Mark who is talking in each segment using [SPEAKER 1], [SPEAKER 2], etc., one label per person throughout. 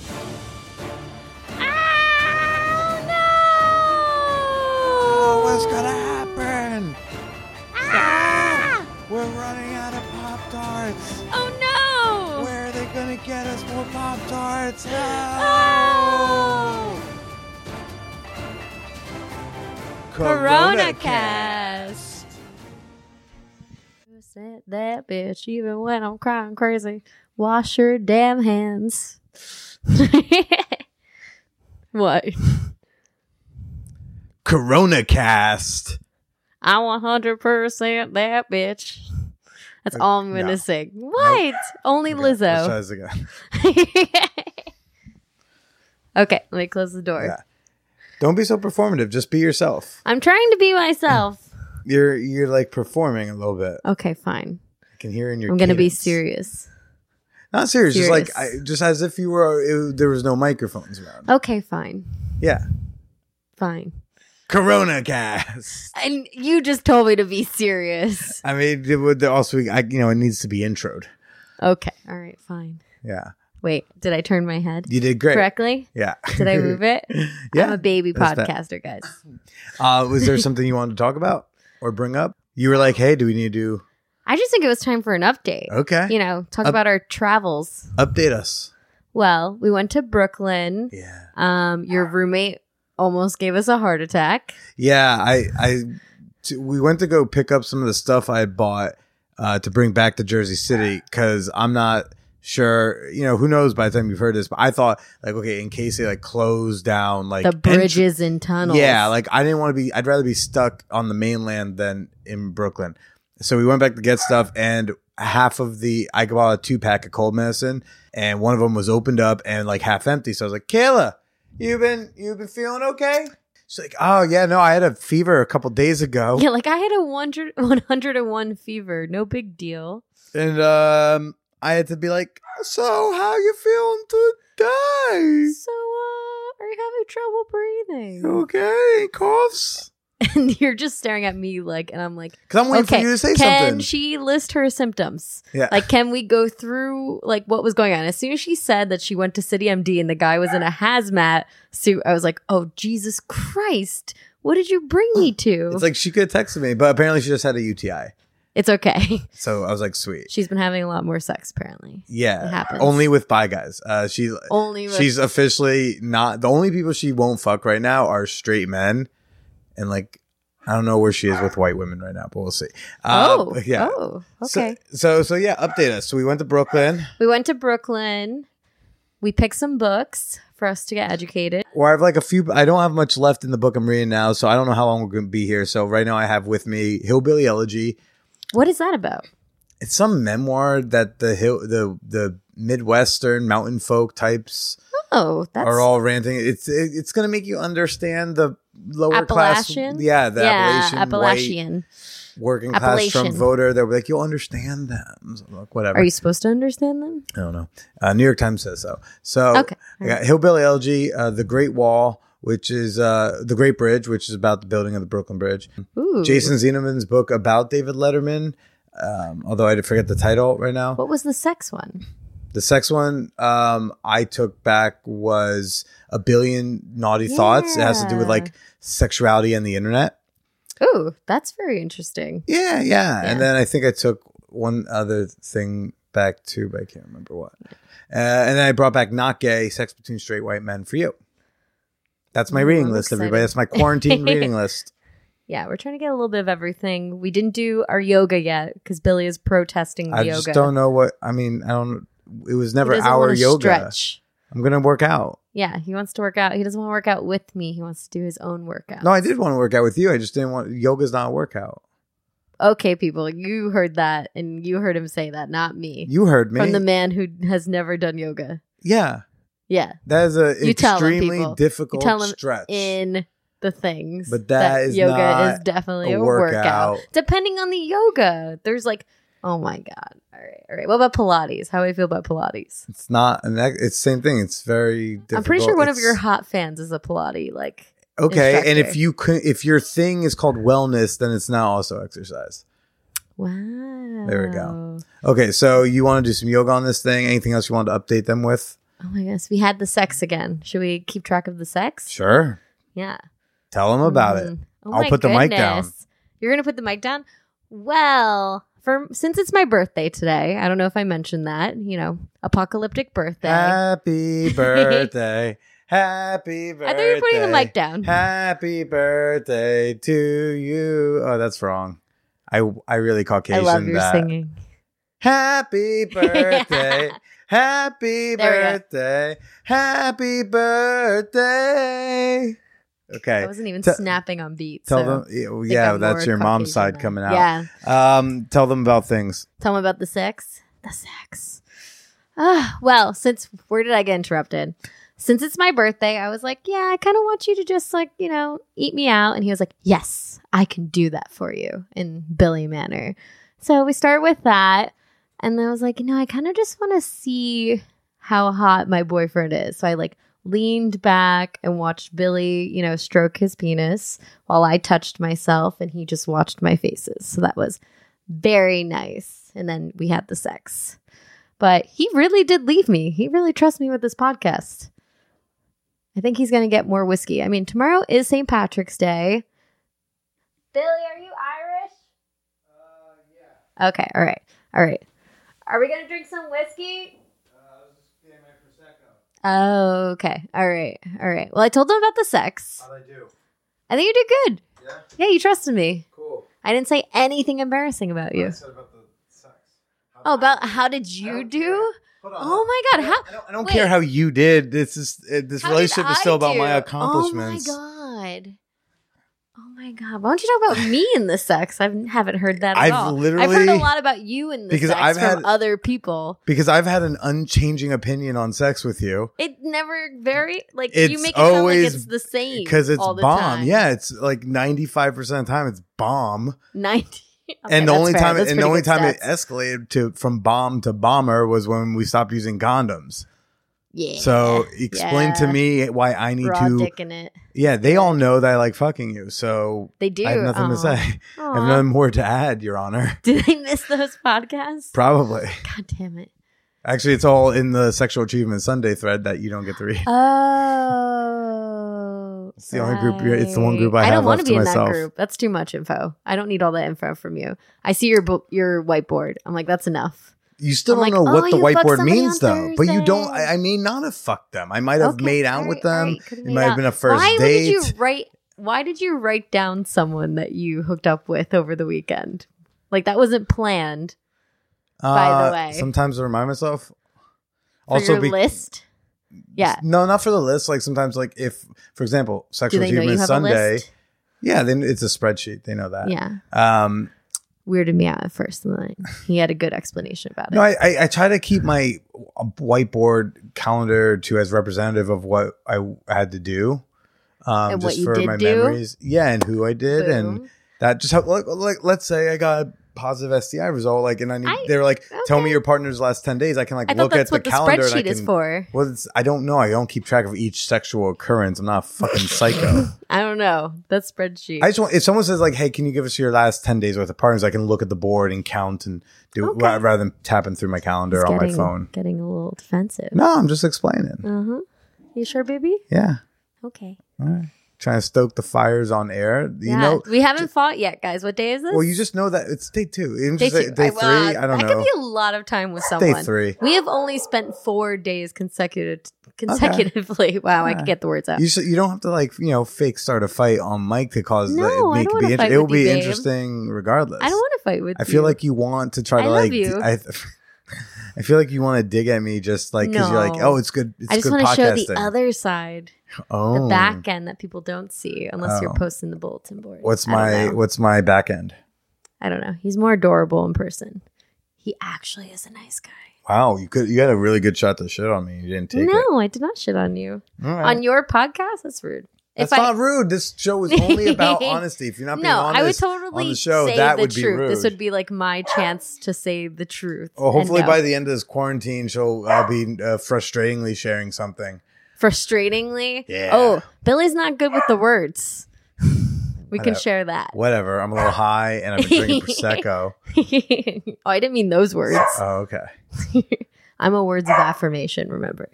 [SPEAKER 1] Oh,
[SPEAKER 2] Let's Ah!
[SPEAKER 1] Oh! Corona cast. Said that bitch even when I'm crying crazy. Wash your damn hands. what?
[SPEAKER 2] Corona cast.
[SPEAKER 1] I 100% that bitch. That's all I'm gonna
[SPEAKER 2] No.
[SPEAKER 1] sing. What? Only
[SPEAKER 2] Let's
[SPEAKER 1] Lizzo.
[SPEAKER 2] try this again.
[SPEAKER 1] okay, let me close the door.
[SPEAKER 2] Yeah. Don't be so performative. Just be yourself.
[SPEAKER 1] I'm trying to be myself.
[SPEAKER 2] You're you're like performing a little bit.
[SPEAKER 1] okay, fine.
[SPEAKER 2] I can hear in your.
[SPEAKER 1] I'm gonna be
[SPEAKER 2] cadence.
[SPEAKER 1] serious.
[SPEAKER 2] Not serious, Just like
[SPEAKER 1] Serious.
[SPEAKER 2] I, just as if you were. It, there was no microphones around.
[SPEAKER 1] Okay, fine.
[SPEAKER 2] Yeah.
[SPEAKER 1] Fine.
[SPEAKER 2] Corona cast.
[SPEAKER 1] And you just told me to be serious.
[SPEAKER 2] I mean, it would also. I you know it needs to be introed.
[SPEAKER 1] Okay. All right, fine.
[SPEAKER 2] Yeah.
[SPEAKER 1] Wait, did I turn my head
[SPEAKER 2] You did great.
[SPEAKER 1] correctly?
[SPEAKER 2] Yeah.
[SPEAKER 1] Did I move it? I'm
[SPEAKER 2] yeah.
[SPEAKER 1] a baby
[SPEAKER 2] that's that.
[SPEAKER 1] podcaster, guys.
[SPEAKER 2] Uh, was there something you wanted to talk about or bring up? You were like, "Hey, do we need to?"
[SPEAKER 1] I just think it was time for an update.
[SPEAKER 2] Okay.
[SPEAKER 1] You know, talk
[SPEAKER 2] Up-
[SPEAKER 1] about our travels.
[SPEAKER 2] Update us.
[SPEAKER 1] Well, we went to Brooklyn.
[SPEAKER 2] Yeah.
[SPEAKER 1] Um, your roommate almost gave us a heart attack.
[SPEAKER 2] Yeah, I I t- we went to go pick up some of the stuff I had bought uh, to bring back to Jersey City because I'm not sure. You know, who knows by the time you've heard this, but I thought like, okay, in case they like close down like
[SPEAKER 1] The
[SPEAKER 2] entr-
[SPEAKER 1] bridges and tunnels.
[SPEAKER 2] yeah, like I didn't want to be. I'd rather be stuck on the mainland than in Brooklyn. So we went back to get stuff, and half of the I bought a two pack of cold medicine, and one of them was opened up and like half empty. So I was like, Kayla, you've been you've been feeling okay? She's like, Oh yeah, no, I had a fever a couple days ago,
[SPEAKER 1] Yeah, like I had a 100, 101 fever. No big deal.
[SPEAKER 2] and um, I had to be like, so how you feeling today?
[SPEAKER 1] So, uh, are you having trouble breathing?
[SPEAKER 2] You Okay, coughs.
[SPEAKER 1] and you're just staring at me like, and I'm like,
[SPEAKER 2] Because I'm waiting
[SPEAKER 1] okay,
[SPEAKER 2] for you to say
[SPEAKER 1] can
[SPEAKER 2] something.
[SPEAKER 1] she list her symptoms?
[SPEAKER 2] yeah.
[SPEAKER 1] Like, can we go through like what was going on? As soon as she said that she went to City MD and the guy was in a hazmat suit, I was like, oh Jesus Christ, what did you bring me to?
[SPEAKER 2] It's like she could have texted me, but apparently she just had a UTI.
[SPEAKER 1] It's okay.
[SPEAKER 2] So I was like, sweet.
[SPEAKER 1] She's been having a lot more sex apparently. It
[SPEAKER 2] Yeah.
[SPEAKER 1] happens.
[SPEAKER 2] Only with bi guys. Uh, she,
[SPEAKER 1] Only with
[SPEAKER 2] she's officially not the only people she won't fuck right now are straight men. And like, I don't know where she is with white women right now, but we'll see. Uh,
[SPEAKER 1] oh
[SPEAKER 2] but
[SPEAKER 1] yeah. Oh okay.
[SPEAKER 2] So, so, so yeah, update us. So we went to Brooklyn
[SPEAKER 1] we went to Brooklyn. We picked some books for us to get educated.
[SPEAKER 2] where I have like a few, I don't have much left in the book I'm reading now. So I don't know how long we're going to be here. So right now I have with me Hillbilly Elegy.
[SPEAKER 1] What is that about?
[SPEAKER 2] It's some memoir that the hill, the, the Midwestern mountain folk types
[SPEAKER 1] Oh, that's
[SPEAKER 2] are all ranting. It's it, it's gonna make you understand the lower
[SPEAKER 1] Appalachian?
[SPEAKER 2] class, yeah, the Appalachian, white
[SPEAKER 1] Appalachian.
[SPEAKER 2] working class Trump
[SPEAKER 1] Appalachian.
[SPEAKER 2] voter. They're like, you'll understand them. So I'm like, whatever.
[SPEAKER 1] Are you supposed to understand them?
[SPEAKER 2] I don't know. Uh, New York Times says so. So
[SPEAKER 1] Okay.
[SPEAKER 2] I got Hillbilly Elegy, uh, the Great Wall, which is uh, the Great Bridge, which is about the building of the Brooklyn Bridge.
[SPEAKER 1] Ooh.
[SPEAKER 2] Jason Zeneman's book about David Letterman. Um, although I forget the title right now.
[SPEAKER 1] What was the sex one?
[SPEAKER 2] The sex one um, I took back was a billion naughty thoughts. It has to do with
[SPEAKER 1] Yeah.
[SPEAKER 2] like sexuality and the internet.
[SPEAKER 1] Ooh, that's very interesting.
[SPEAKER 2] Yeah, yeah,
[SPEAKER 1] Yeah.
[SPEAKER 2] And then I think I took one other thing back too, but I can't remember what. Uh, and then I brought back not gay, sex between straight white men for you. That's my
[SPEAKER 1] Ooh,
[SPEAKER 2] reading
[SPEAKER 1] I'm
[SPEAKER 2] list,
[SPEAKER 1] excited.
[SPEAKER 2] everybody. That's my quarantine reading list.
[SPEAKER 1] Yeah, we're trying to get a little bit of everything. We didn't do our yoga yet because Billy is protesting the
[SPEAKER 2] I
[SPEAKER 1] yoga.
[SPEAKER 2] just don't know what I mean. I don't. It was never
[SPEAKER 1] he doesn't
[SPEAKER 2] our
[SPEAKER 1] wanna
[SPEAKER 2] yoga.
[SPEAKER 1] Stretch.
[SPEAKER 2] I'm gonna work out.
[SPEAKER 1] Yeah, he wants to work out. He doesn't want to work out with me. He wants to do his own workout.
[SPEAKER 2] No, I did want to work out with you. I just didn't want. Yoga's not a workout.
[SPEAKER 1] okay, people, you heard that and you heard him say that, not me.
[SPEAKER 2] You heard me.
[SPEAKER 1] From the man who has never done yoga.
[SPEAKER 2] yeah.
[SPEAKER 1] Yeah,
[SPEAKER 2] That is an
[SPEAKER 1] You tell 'em,
[SPEAKER 2] extremely
[SPEAKER 1] people.
[SPEAKER 2] difficult
[SPEAKER 1] You tell 'em
[SPEAKER 2] stretch.
[SPEAKER 1] in the things.
[SPEAKER 2] But that is
[SPEAKER 1] yoga
[SPEAKER 2] not
[SPEAKER 1] is definitely
[SPEAKER 2] a
[SPEAKER 1] a workout.
[SPEAKER 2] workout.
[SPEAKER 1] Depending on the yoga, there's like, oh my god. All right, all right. What about Pilates? How do you feel about Pilates?
[SPEAKER 2] It's not an. ex- It's same thing. It's very. difficult.
[SPEAKER 1] I'm pretty sure one of
[SPEAKER 2] It's-
[SPEAKER 1] your hot fans is a Pilates. Like,
[SPEAKER 2] okay. And if
[SPEAKER 1] instructor.
[SPEAKER 2] you could, if your thing is called wellness, then it's not also exercise.
[SPEAKER 1] wow.
[SPEAKER 2] we go. Okay, so you want to do some yoga on this thing? Anything else you want to update them with?
[SPEAKER 1] Oh my gosh, we had the sex again. Should we keep track of the sex?
[SPEAKER 2] Sure.
[SPEAKER 1] Yeah.
[SPEAKER 2] Tell them about it.
[SPEAKER 1] Mm. Oh
[SPEAKER 2] I'll
[SPEAKER 1] my
[SPEAKER 2] put the mic down.
[SPEAKER 1] goodness. You're gonna put the mic down. Well, for since it's my birthday today, I don't know if I mentioned that, you know, apocalyptic birthday.
[SPEAKER 2] Happy birthday. Happy birthday.
[SPEAKER 1] I thought you were putting the mic down.
[SPEAKER 2] Happy birthday to you. Oh, that's wrong. I I really
[SPEAKER 1] I
[SPEAKER 2] Caucasian
[SPEAKER 1] love your
[SPEAKER 2] that.
[SPEAKER 1] singing.
[SPEAKER 2] Happy birthday. Happy
[SPEAKER 1] There we go.
[SPEAKER 2] birthday. Happy birthday.
[SPEAKER 1] I
[SPEAKER 2] Okay.
[SPEAKER 1] wasn't even
[SPEAKER 2] Te-
[SPEAKER 1] snapping on beats.
[SPEAKER 2] Tell
[SPEAKER 1] so
[SPEAKER 2] them
[SPEAKER 1] I
[SPEAKER 2] yeah, well,
[SPEAKER 1] think
[SPEAKER 2] yeah,
[SPEAKER 1] I'm
[SPEAKER 2] that's
[SPEAKER 1] more
[SPEAKER 2] your
[SPEAKER 1] Caucasian
[SPEAKER 2] mom's side
[SPEAKER 1] than-
[SPEAKER 2] coming out.
[SPEAKER 1] Yeah.
[SPEAKER 2] Um tell them about things.
[SPEAKER 1] Tell them about the sex. The sex. Ah, well, since where did I get interrupted? Since it's my birthday, I was like, yeah, I kind of want you to just like, you know, eat me out. And he was like, yes, I can do that for you in Billy manner. So we start with that. And then I was like, you know, I kind of just want to see how hot my boyfriend is. So I like leaned back and watched Billy, you know, stroke his penis while I touched myself and he just watched my faces. So that was very nice. And then we had the sex. But he really did leave me. He really trusts me with this podcast. I think he's going to get more whiskey. I mean, tomorrow is St. Patrick's Day. Billy, are you Irish? Uh, yeah. Okay, all right. All right. Are we going to drink some whiskey?
[SPEAKER 2] Uh,
[SPEAKER 1] Oh, okay. All right. All right. Well, I told him about the sex.
[SPEAKER 2] I do?
[SPEAKER 1] I think you did good.
[SPEAKER 2] Yeah?
[SPEAKER 1] Yeah, you trusted me.
[SPEAKER 2] Cool.
[SPEAKER 1] I didn't say anything embarrassing about you.
[SPEAKER 2] about the sex.
[SPEAKER 1] Oh, about how did you
[SPEAKER 2] don't
[SPEAKER 1] do?
[SPEAKER 2] care. Hold on.
[SPEAKER 1] Oh my god, how
[SPEAKER 2] I don't, I don't
[SPEAKER 1] wait.
[SPEAKER 2] care how you did. This is uh, this
[SPEAKER 1] how did
[SPEAKER 2] relationship is
[SPEAKER 1] I
[SPEAKER 2] still about
[SPEAKER 1] do?
[SPEAKER 2] my accomplishments.
[SPEAKER 1] Oh my god. Oh my god. Why don't you talk about me and the sex? I haven't heard that at
[SPEAKER 2] I've
[SPEAKER 1] all. I've heard a
[SPEAKER 2] literally-
[SPEAKER 1] lot about you and the
[SPEAKER 2] Because
[SPEAKER 1] sex
[SPEAKER 2] I've
[SPEAKER 1] from
[SPEAKER 2] had-
[SPEAKER 1] other people.
[SPEAKER 2] Because I've had an unchanging opinion on sex with you.
[SPEAKER 1] It never very like you
[SPEAKER 2] It's
[SPEAKER 1] make it sound like
[SPEAKER 2] always-
[SPEAKER 1] it's the same.
[SPEAKER 2] Because it's
[SPEAKER 1] all the
[SPEAKER 2] bomb.
[SPEAKER 1] time.
[SPEAKER 2] Yeah, it's like ninety five percent of the time it's bomb.
[SPEAKER 1] Ninety
[SPEAKER 2] and the only time and the only time it escalated to from bomb to bomber was when we stopped using condoms.
[SPEAKER 1] yeah.
[SPEAKER 2] So explain to
[SPEAKER 1] Yeah.
[SPEAKER 2] me why I need
[SPEAKER 1] raw
[SPEAKER 2] to
[SPEAKER 1] dick in it.
[SPEAKER 2] Yeah, they all know that I like fucking you. So
[SPEAKER 1] They do.
[SPEAKER 2] I have nothing to
[SPEAKER 1] Aw.
[SPEAKER 2] say. I have
[SPEAKER 1] Aw.
[SPEAKER 2] nothing more to add, Your Honor.
[SPEAKER 1] Did I miss those podcasts?
[SPEAKER 2] Probably.
[SPEAKER 1] God damn it.
[SPEAKER 2] Actually, it's all in the Sexual Achievement Sunday thread that you don't get to read.
[SPEAKER 1] Oh,
[SPEAKER 2] It's the only group you're- it's the one group I have
[SPEAKER 1] don't wanna
[SPEAKER 2] left to
[SPEAKER 1] be in
[SPEAKER 2] myself.
[SPEAKER 1] that group. That's too much info. I don't need all that info from you. I see your bo- your whiteboard. I'm like, that's enough.
[SPEAKER 2] You still
[SPEAKER 1] I'm like,
[SPEAKER 2] don't know
[SPEAKER 1] "Oh,
[SPEAKER 2] what the
[SPEAKER 1] you fucked
[SPEAKER 2] whiteboard
[SPEAKER 1] somebody
[SPEAKER 2] means,
[SPEAKER 1] on
[SPEAKER 2] though. But you don't.
[SPEAKER 1] Thursday."
[SPEAKER 2] I, I may not have fucked them. I might have
[SPEAKER 1] Okay,
[SPEAKER 2] made out
[SPEAKER 1] all
[SPEAKER 2] with
[SPEAKER 1] right, all
[SPEAKER 2] them.
[SPEAKER 1] right, could've
[SPEAKER 2] it
[SPEAKER 1] made
[SPEAKER 2] might have
[SPEAKER 1] out.
[SPEAKER 2] been a first
[SPEAKER 1] why
[SPEAKER 2] date.
[SPEAKER 1] Did you write? Why did you write down someone that you hooked up with over the weekend? Like that wasn't planned by the way.
[SPEAKER 2] Uh, sometimes I remind myself.
[SPEAKER 1] for
[SPEAKER 2] also,
[SPEAKER 1] your
[SPEAKER 2] be,
[SPEAKER 1] list. Yeah.
[SPEAKER 2] no, not for the list. Like sometimes, like if, for example,
[SPEAKER 1] Do
[SPEAKER 2] Sexual
[SPEAKER 1] they know you
[SPEAKER 2] Achievement
[SPEAKER 1] have a
[SPEAKER 2] Sunday.
[SPEAKER 1] list?
[SPEAKER 2] Yeah, then it's a spreadsheet. They know that.
[SPEAKER 1] Yeah,
[SPEAKER 2] Um,
[SPEAKER 1] weirded me out at first, and then he had a good explanation about it.
[SPEAKER 2] No, I, I, I try to keep my whiteboard calendar to as representative of what I had to do. Um,
[SPEAKER 1] And what
[SPEAKER 2] just
[SPEAKER 1] you
[SPEAKER 2] for
[SPEAKER 1] did
[SPEAKER 2] my
[SPEAKER 1] do?
[SPEAKER 2] memories. Yeah, and who I did and
[SPEAKER 1] Boom.
[SPEAKER 2] that just helped like, like let's say I got a positive STI result, like and I need
[SPEAKER 1] I-
[SPEAKER 2] they're like, tell me
[SPEAKER 1] okay.
[SPEAKER 2] your partner's last ten days. I can like
[SPEAKER 1] I thought
[SPEAKER 2] look
[SPEAKER 1] that's
[SPEAKER 2] at the
[SPEAKER 1] what the
[SPEAKER 2] calendar and I
[SPEAKER 1] spreadsheet
[SPEAKER 2] can
[SPEAKER 1] is for.
[SPEAKER 2] Well it's, I don't know. I don't keep track of each sexual occurrence. I'm not a fucking psycho.
[SPEAKER 1] I don't know. That spreadsheet.
[SPEAKER 2] I just want if someone says like, "Hey, can you give us your last ten days worth of partners?" I can look at the board and count and do
[SPEAKER 1] Okay.
[SPEAKER 2] ra- rather than tapping through my calendar
[SPEAKER 1] It's
[SPEAKER 2] on
[SPEAKER 1] getting,
[SPEAKER 2] my phone.
[SPEAKER 1] Getting a little defensive.
[SPEAKER 2] No, I'm just explaining.
[SPEAKER 1] Uh huh. You sure, baby?
[SPEAKER 2] Yeah.
[SPEAKER 1] Okay.
[SPEAKER 2] All right. Trying to stoke the fires on air. You
[SPEAKER 1] yeah.
[SPEAKER 2] know,
[SPEAKER 1] we haven't fought yet, guys. What day is this?
[SPEAKER 2] well, you just know that it's day two. Even
[SPEAKER 1] day
[SPEAKER 2] just say
[SPEAKER 1] two.
[SPEAKER 2] day
[SPEAKER 1] I-
[SPEAKER 2] three,
[SPEAKER 1] well,
[SPEAKER 2] I don't
[SPEAKER 1] that
[SPEAKER 2] know.
[SPEAKER 1] could be a lot of time with
[SPEAKER 2] day
[SPEAKER 1] someone.
[SPEAKER 2] three.
[SPEAKER 1] We have only spent four days consecutive consecutively. Wow, I could
[SPEAKER 2] Yeah.
[SPEAKER 1] get the words out.
[SPEAKER 2] You, should, you don't have to like you know fake start a fight on mic to cause
[SPEAKER 1] No,
[SPEAKER 2] the,
[SPEAKER 1] I
[SPEAKER 2] make
[SPEAKER 1] don't
[SPEAKER 2] it
[SPEAKER 1] wanna
[SPEAKER 2] be
[SPEAKER 1] fight
[SPEAKER 2] it will
[SPEAKER 1] with you,
[SPEAKER 2] be
[SPEAKER 1] babe.
[SPEAKER 2] interesting regardless.
[SPEAKER 1] I don't want to fight with.
[SPEAKER 2] I feel
[SPEAKER 1] you.
[SPEAKER 2] like you want to try
[SPEAKER 1] I
[SPEAKER 2] to
[SPEAKER 1] love
[SPEAKER 2] like. d-
[SPEAKER 1] you.
[SPEAKER 2] I, I feel like you want to dig at me just like because you're like,
[SPEAKER 1] No.
[SPEAKER 2] oh, it's good. It's
[SPEAKER 1] I just
[SPEAKER 2] good
[SPEAKER 1] want to show
[SPEAKER 2] podcasting.
[SPEAKER 1] the other side,
[SPEAKER 2] oh.
[SPEAKER 1] the back end that people don't see unless you're
[SPEAKER 2] Oh.
[SPEAKER 1] posting the bulletin board.
[SPEAKER 2] What's
[SPEAKER 1] I don't
[SPEAKER 2] my
[SPEAKER 1] know.
[SPEAKER 2] what's my back end?
[SPEAKER 1] I don't know. He's more adorable in person. He actually is a nice guy.
[SPEAKER 2] Wow, you could you had a really good shot to shit on me. You didn't take it.
[SPEAKER 1] no, I did not shit on you.
[SPEAKER 2] All right.
[SPEAKER 1] On your podcast? That's rude.
[SPEAKER 2] That's
[SPEAKER 1] I,
[SPEAKER 2] not rude. This show is only about honesty. If you're not being
[SPEAKER 1] no,
[SPEAKER 2] honest,
[SPEAKER 1] I would totally
[SPEAKER 2] on the show,
[SPEAKER 1] say
[SPEAKER 2] that
[SPEAKER 1] the
[SPEAKER 2] would be
[SPEAKER 1] truth. This
[SPEAKER 2] rude.
[SPEAKER 1] would be like my chance to say the truth.
[SPEAKER 2] well, hopefully
[SPEAKER 1] and no.
[SPEAKER 2] by the end of this quarantine, she'll I'll be uh, frustratingly sharing something.
[SPEAKER 1] frustratingly.
[SPEAKER 2] Yeah.
[SPEAKER 1] Oh, Billy's not good with the words. we can
[SPEAKER 2] Whatever.
[SPEAKER 1] share that.
[SPEAKER 2] Whatever. I'm a little high and I've been drinking prosecco.
[SPEAKER 1] oh, I didn't mean those words.
[SPEAKER 2] Oh, okay.
[SPEAKER 1] I'm a words of affirmation. Remember,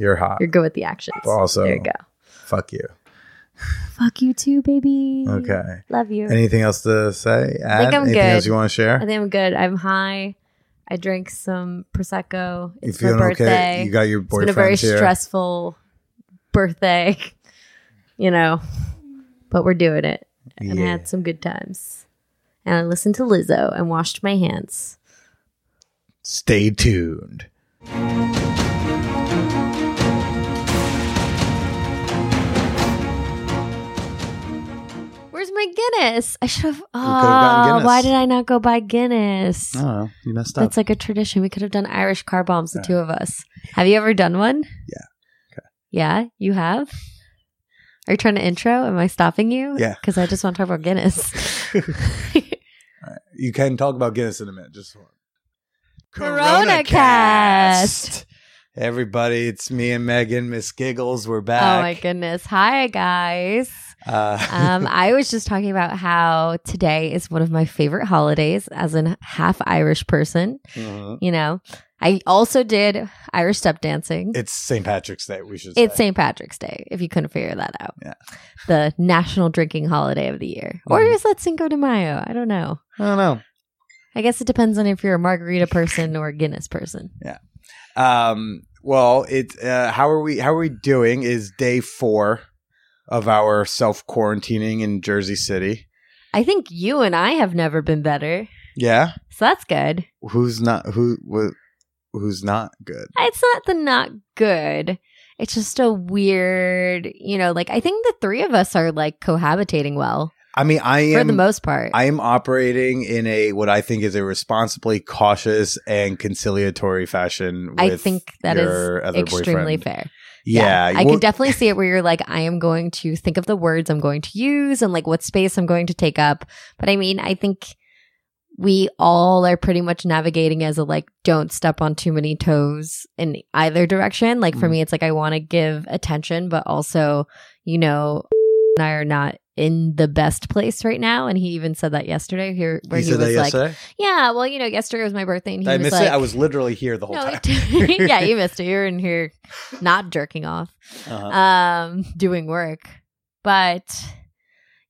[SPEAKER 2] You're hot.
[SPEAKER 1] you're good with the actions.
[SPEAKER 2] Also-
[SPEAKER 1] there you go.
[SPEAKER 2] Fuck you.
[SPEAKER 1] Fuck you too, baby.
[SPEAKER 2] Okay.
[SPEAKER 1] Love you.
[SPEAKER 2] Anything else to say? Add?
[SPEAKER 1] Mm-hmm. think I'm
[SPEAKER 2] Anything
[SPEAKER 1] good.
[SPEAKER 2] else you want to share?
[SPEAKER 1] I think I'm good. I'm high. I drank some prosecco.
[SPEAKER 2] you
[SPEAKER 1] It's my birthday.
[SPEAKER 2] You got your
[SPEAKER 1] it's been a
[SPEAKER 2] boyfriend
[SPEAKER 1] very
[SPEAKER 2] here.
[SPEAKER 1] stressful birthday, you know, but we're doing it and
[SPEAKER 2] Yeah.
[SPEAKER 1] had some good times. And I listened to Lizzo and washed my hands.
[SPEAKER 2] Stay tuned.
[SPEAKER 1] Where's my Guinness? I should have.
[SPEAKER 2] gotten
[SPEAKER 1] Oh,
[SPEAKER 2] Guinness.
[SPEAKER 1] why did I not go buy Guinness?
[SPEAKER 2] Oh, you messed
[SPEAKER 1] That's like a tradition. We could have done Irish car bombs, the two of us. Have you ever done one?
[SPEAKER 2] Yeah.
[SPEAKER 1] Yeah, you have? Are you trying to intro? Am I stopping you?
[SPEAKER 2] Yeah.
[SPEAKER 1] Because I just want to talk about Guinness.
[SPEAKER 2] you can talk about Guinness in a minute. Just
[SPEAKER 1] Corona cast.
[SPEAKER 2] Everybody, it's me and Megan, Miss Giggles. We're
[SPEAKER 1] Oh my
[SPEAKER 2] back.
[SPEAKER 1] goodness. Hi, guys.
[SPEAKER 2] Uh,
[SPEAKER 1] Um, I was just talking about how today is one of my favorite holidays as an half Irish person.
[SPEAKER 2] mhm.
[SPEAKER 1] You know, I also did Irish step dancing.
[SPEAKER 2] It's St. Patrick's Day. We should.
[SPEAKER 1] It's
[SPEAKER 2] say.
[SPEAKER 1] St. Patrick's Day, if you couldn't figure that out.
[SPEAKER 2] Yeah.
[SPEAKER 1] The national drinking holiday of the year. Or
[SPEAKER 2] Mhm.
[SPEAKER 1] is that Cinco de Mayo? I don't know.
[SPEAKER 2] I don't know.
[SPEAKER 1] I guess it depends on if you're a margarita person or a Guinness person.
[SPEAKER 2] Um, well, it. Uh, how are we? How are we doing? Is day four of our self quarantining in Jersey City?
[SPEAKER 1] I think you and I have never been better.
[SPEAKER 2] Yeah.
[SPEAKER 1] So that's good.
[SPEAKER 2] Who's not? Who? wh- Who's not good?
[SPEAKER 1] It's not the not good. It's just a weird, you know, like I think the three of us are like cohabitating well
[SPEAKER 2] I mean, I
[SPEAKER 1] for
[SPEAKER 2] am.
[SPEAKER 1] the most part.
[SPEAKER 2] I am operating in a what I think is a responsibly cautious and conciliatory fashion. With
[SPEAKER 1] I think that is
[SPEAKER 2] your other
[SPEAKER 1] extremely
[SPEAKER 2] boyfriend.
[SPEAKER 1] fair.
[SPEAKER 2] Yeah,
[SPEAKER 1] I
[SPEAKER 2] well,
[SPEAKER 1] can definitely see it where you're like, I am going to think of the words I'm going to use and like what space I'm going to take up. But I mean, I think we all are pretty much navigating as a like, don't step on too many toes in either direction. Like for
[SPEAKER 2] Mhm.
[SPEAKER 1] me, it's like I want to give attention, but also, you know, and I are not in the best place right now. And he even said that yesterday here where
[SPEAKER 2] you
[SPEAKER 1] he,
[SPEAKER 2] said that
[SPEAKER 1] was like,
[SPEAKER 2] yesterday.
[SPEAKER 1] yeah, well, you know, yesterday was my birthday and he
[SPEAKER 2] Did I
[SPEAKER 1] was
[SPEAKER 2] missed
[SPEAKER 1] like,
[SPEAKER 2] it. I was literally here the whole
[SPEAKER 1] no,
[SPEAKER 2] time.
[SPEAKER 1] you- yeah, you missed it. You're in here not jerking off
[SPEAKER 2] Uh-huh.
[SPEAKER 1] um doing work but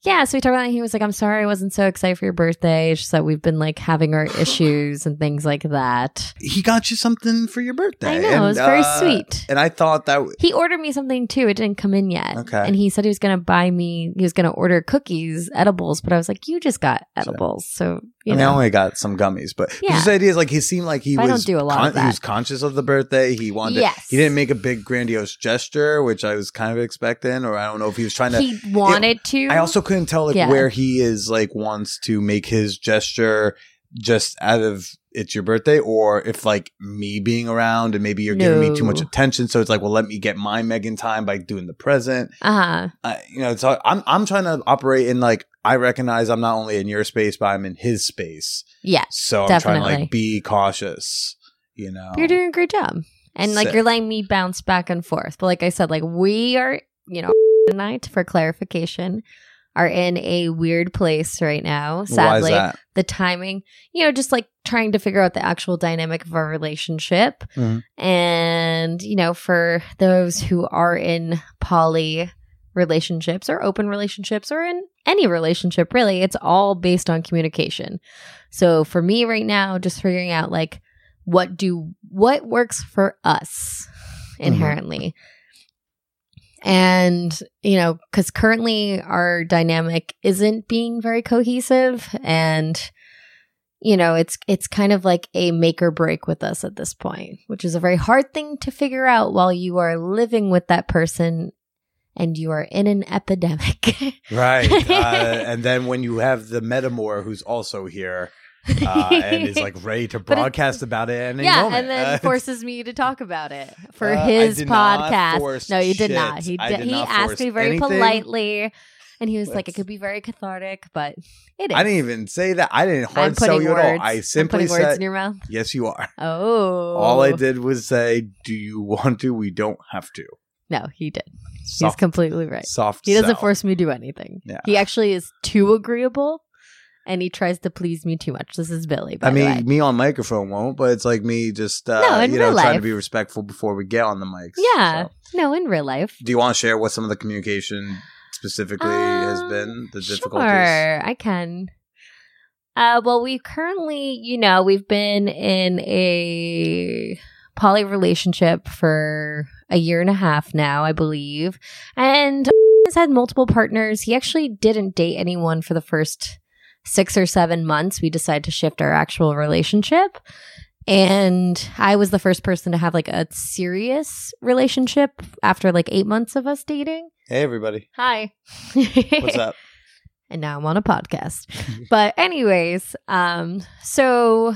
[SPEAKER 1] yeah so we talked about it he was like i'm sorry i wasn't so excited for your birthday it's just that we've been like having our issues and things like that
[SPEAKER 2] he got you something for your birthday.
[SPEAKER 1] i know it was
[SPEAKER 2] and,
[SPEAKER 1] very
[SPEAKER 2] uh,
[SPEAKER 1] sweet
[SPEAKER 2] And I thought that w-
[SPEAKER 1] he ordered me something too it didn't come in yet
[SPEAKER 2] Okay.
[SPEAKER 1] and he said he was gonna buy me he was gonna order cookies edibles but i was like you just got edibles so you
[SPEAKER 2] I mean, I
[SPEAKER 1] know
[SPEAKER 2] only got some gummies, but, but
[SPEAKER 1] Yeah.
[SPEAKER 2] just the idea is like he seemed like he
[SPEAKER 1] But I
[SPEAKER 2] was
[SPEAKER 1] don't do a lot of
[SPEAKER 2] He
[SPEAKER 1] that.
[SPEAKER 2] was conscious of the birthday. He wanted.
[SPEAKER 1] Yes.
[SPEAKER 2] He didn't make a big grandiose gesture, which I was kind of expecting, or I don't know if he was trying to.
[SPEAKER 1] he wanted to
[SPEAKER 2] I also couldn't tell like
[SPEAKER 1] Yeah.
[SPEAKER 2] where he is like wants to make his gesture just out of it's your birthday or if like me being around and maybe you're giving me too much
[SPEAKER 1] No.
[SPEAKER 2] attention so it's like well let me get my Megan time by doing the present
[SPEAKER 1] uh-huh
[SPEAKER 2] I you know so I'm I'm trying to operate in like I recognize I'm not only in your space but I'm in his space
[SPEAKER 1] yeah
[SPEAKER 2] so I'm trying to
[SPEAKER 1] Definitely.
[SPEAKER 2] like be cautious you know
[SPEAKER 1] You're doing a great job. And like
[SPEAKER 2] Sick.
[SPEAKER 1] you're letting me bounce back and forth. But like I said, like we are, you know, tonight for clarification, are in a weird place right now. Sadly,
[SPEAKER 2] why is that
[SPEAKER 1] the timing, you know, just like trying to figure out the actual dynamic of our relationship.
[SPEAKER 2] Mhm.
[SPEAKER 1] And, you know, for those who are in poly relationships or open relationships or in any relationship, really, it's all based on communication. So for me right now, just figuring out like what do what works for us inherently and you know because currently our dynamic isn't being very cohesive and you know it's it's kind of like a make or break with us at this point which is a very hard thing to figure out while you are living with that person and you are in an epidemic
[SPEAKER 2] right uh, and then when you have the metamor who's also here uh, and is like ready to
[SPEAKER 1] But it-
[SPEAKER 2] broadcast about it at any
[SPEAKER 1] yeah,
[SPEAKER 2] moment.
[SPEAKER 1] and then
[SPEAKER 2] Uh,
[SPEAKER 1] forces me to talk about it for
[SPEAKER 2] Uh, I
[SPEAKER 1] his
[SPEAKER 2] did not
[SPEAKER 1] podcast.
[SPEAKER 2] force
[SPEAKER 1] No, you did
[SPEAKER 2] shit.
[SPEAKER 1] not. He
[SPEAKER 2] I
[SPEAKER 1] did,
[SPEAKER 2] did
[SPEAKER 1] he
[SPEAKER 2] not
[SPEAKER 1] asked
[SPEAKER 2] force
[SPEAKER 1] me very
[SPEAKER 2] anything.
[SPEAKER 1] politely, and he was like, "It
[SPEAKER 2] Let's-
[SPEAKER 1] could be very cathartic, but it is."
[SPEAKER 2] I didn't even say that. I didn't
[SPEAKER 1] I'm
[SPEAKER 2] hard sell
[SPEAKER 1] putting
[SPEAKER 2] you
[SPEAKER 1] words.
[SPEAKER 2] at all. I
[SPEAKER 1] I'm
[SPEAKER 2] simply
[SPEAKER 1] putting words
[SPEAKER 2] said,
[SPEAKER 1] in your mouth.
[SPEAKER 2] "Yes, you are."
[SPEAKER 1] Oh,
[SPEAKER 2] All I did was say, "Do you want to? We don't have to."
[SPEAKER 1] No, he did. He's
[SPEAKER 2] Soft,
[SPEAKER 1] completely right.
[SPEAKER 2] soft.
[SPEAKER 1] He doesn't
[SPEAKER 2] sell. Ah.
[SPEAKER 1] force me to do anything.
[SPEAKER 2] Yeah.
[SPEAKER 1] He actually is too agreeable, and he tries to please me too much. This is Billy. By
[SPEAKER 2] I mean,
[SPEAKER 1] the way.
[SPEAKER 2] me on microphone won't, but it's like me just uh,
[SPEAKER 1] No, in
[SPEAKER 2] you know
[SPEAKER 1] real
[SPEAKER 2] trying to
[SPEAKER 1] life.
[SPEAKER 2] be respectful before we get on the mics.
[SPEAKER 1] Yeah.
[SPEAKER 2] So,
[SPEAKER 1] no, in real life.
[SPEAKER 2] Do you want to share what some of the communication specifically has been the difficulties?
[SPEAKER 1] Um, Sure, I can. Uh, well, we currently, you know, we've been in a poly relationship for a year and a half now, I believe, and has had multiple partners. He actually didn't date anyone for the first six or seven months. We decided to shift our actual relationship. And I was the first person to have like a serious relationship after like eight months of us dating.
[SPEAKER 2] Hey everybody,
[SPEAKER 1] Hi.
[SPEAKER 2] what's up?
[SPEAKER 1] and now I'm on a podcast. but anyways, um so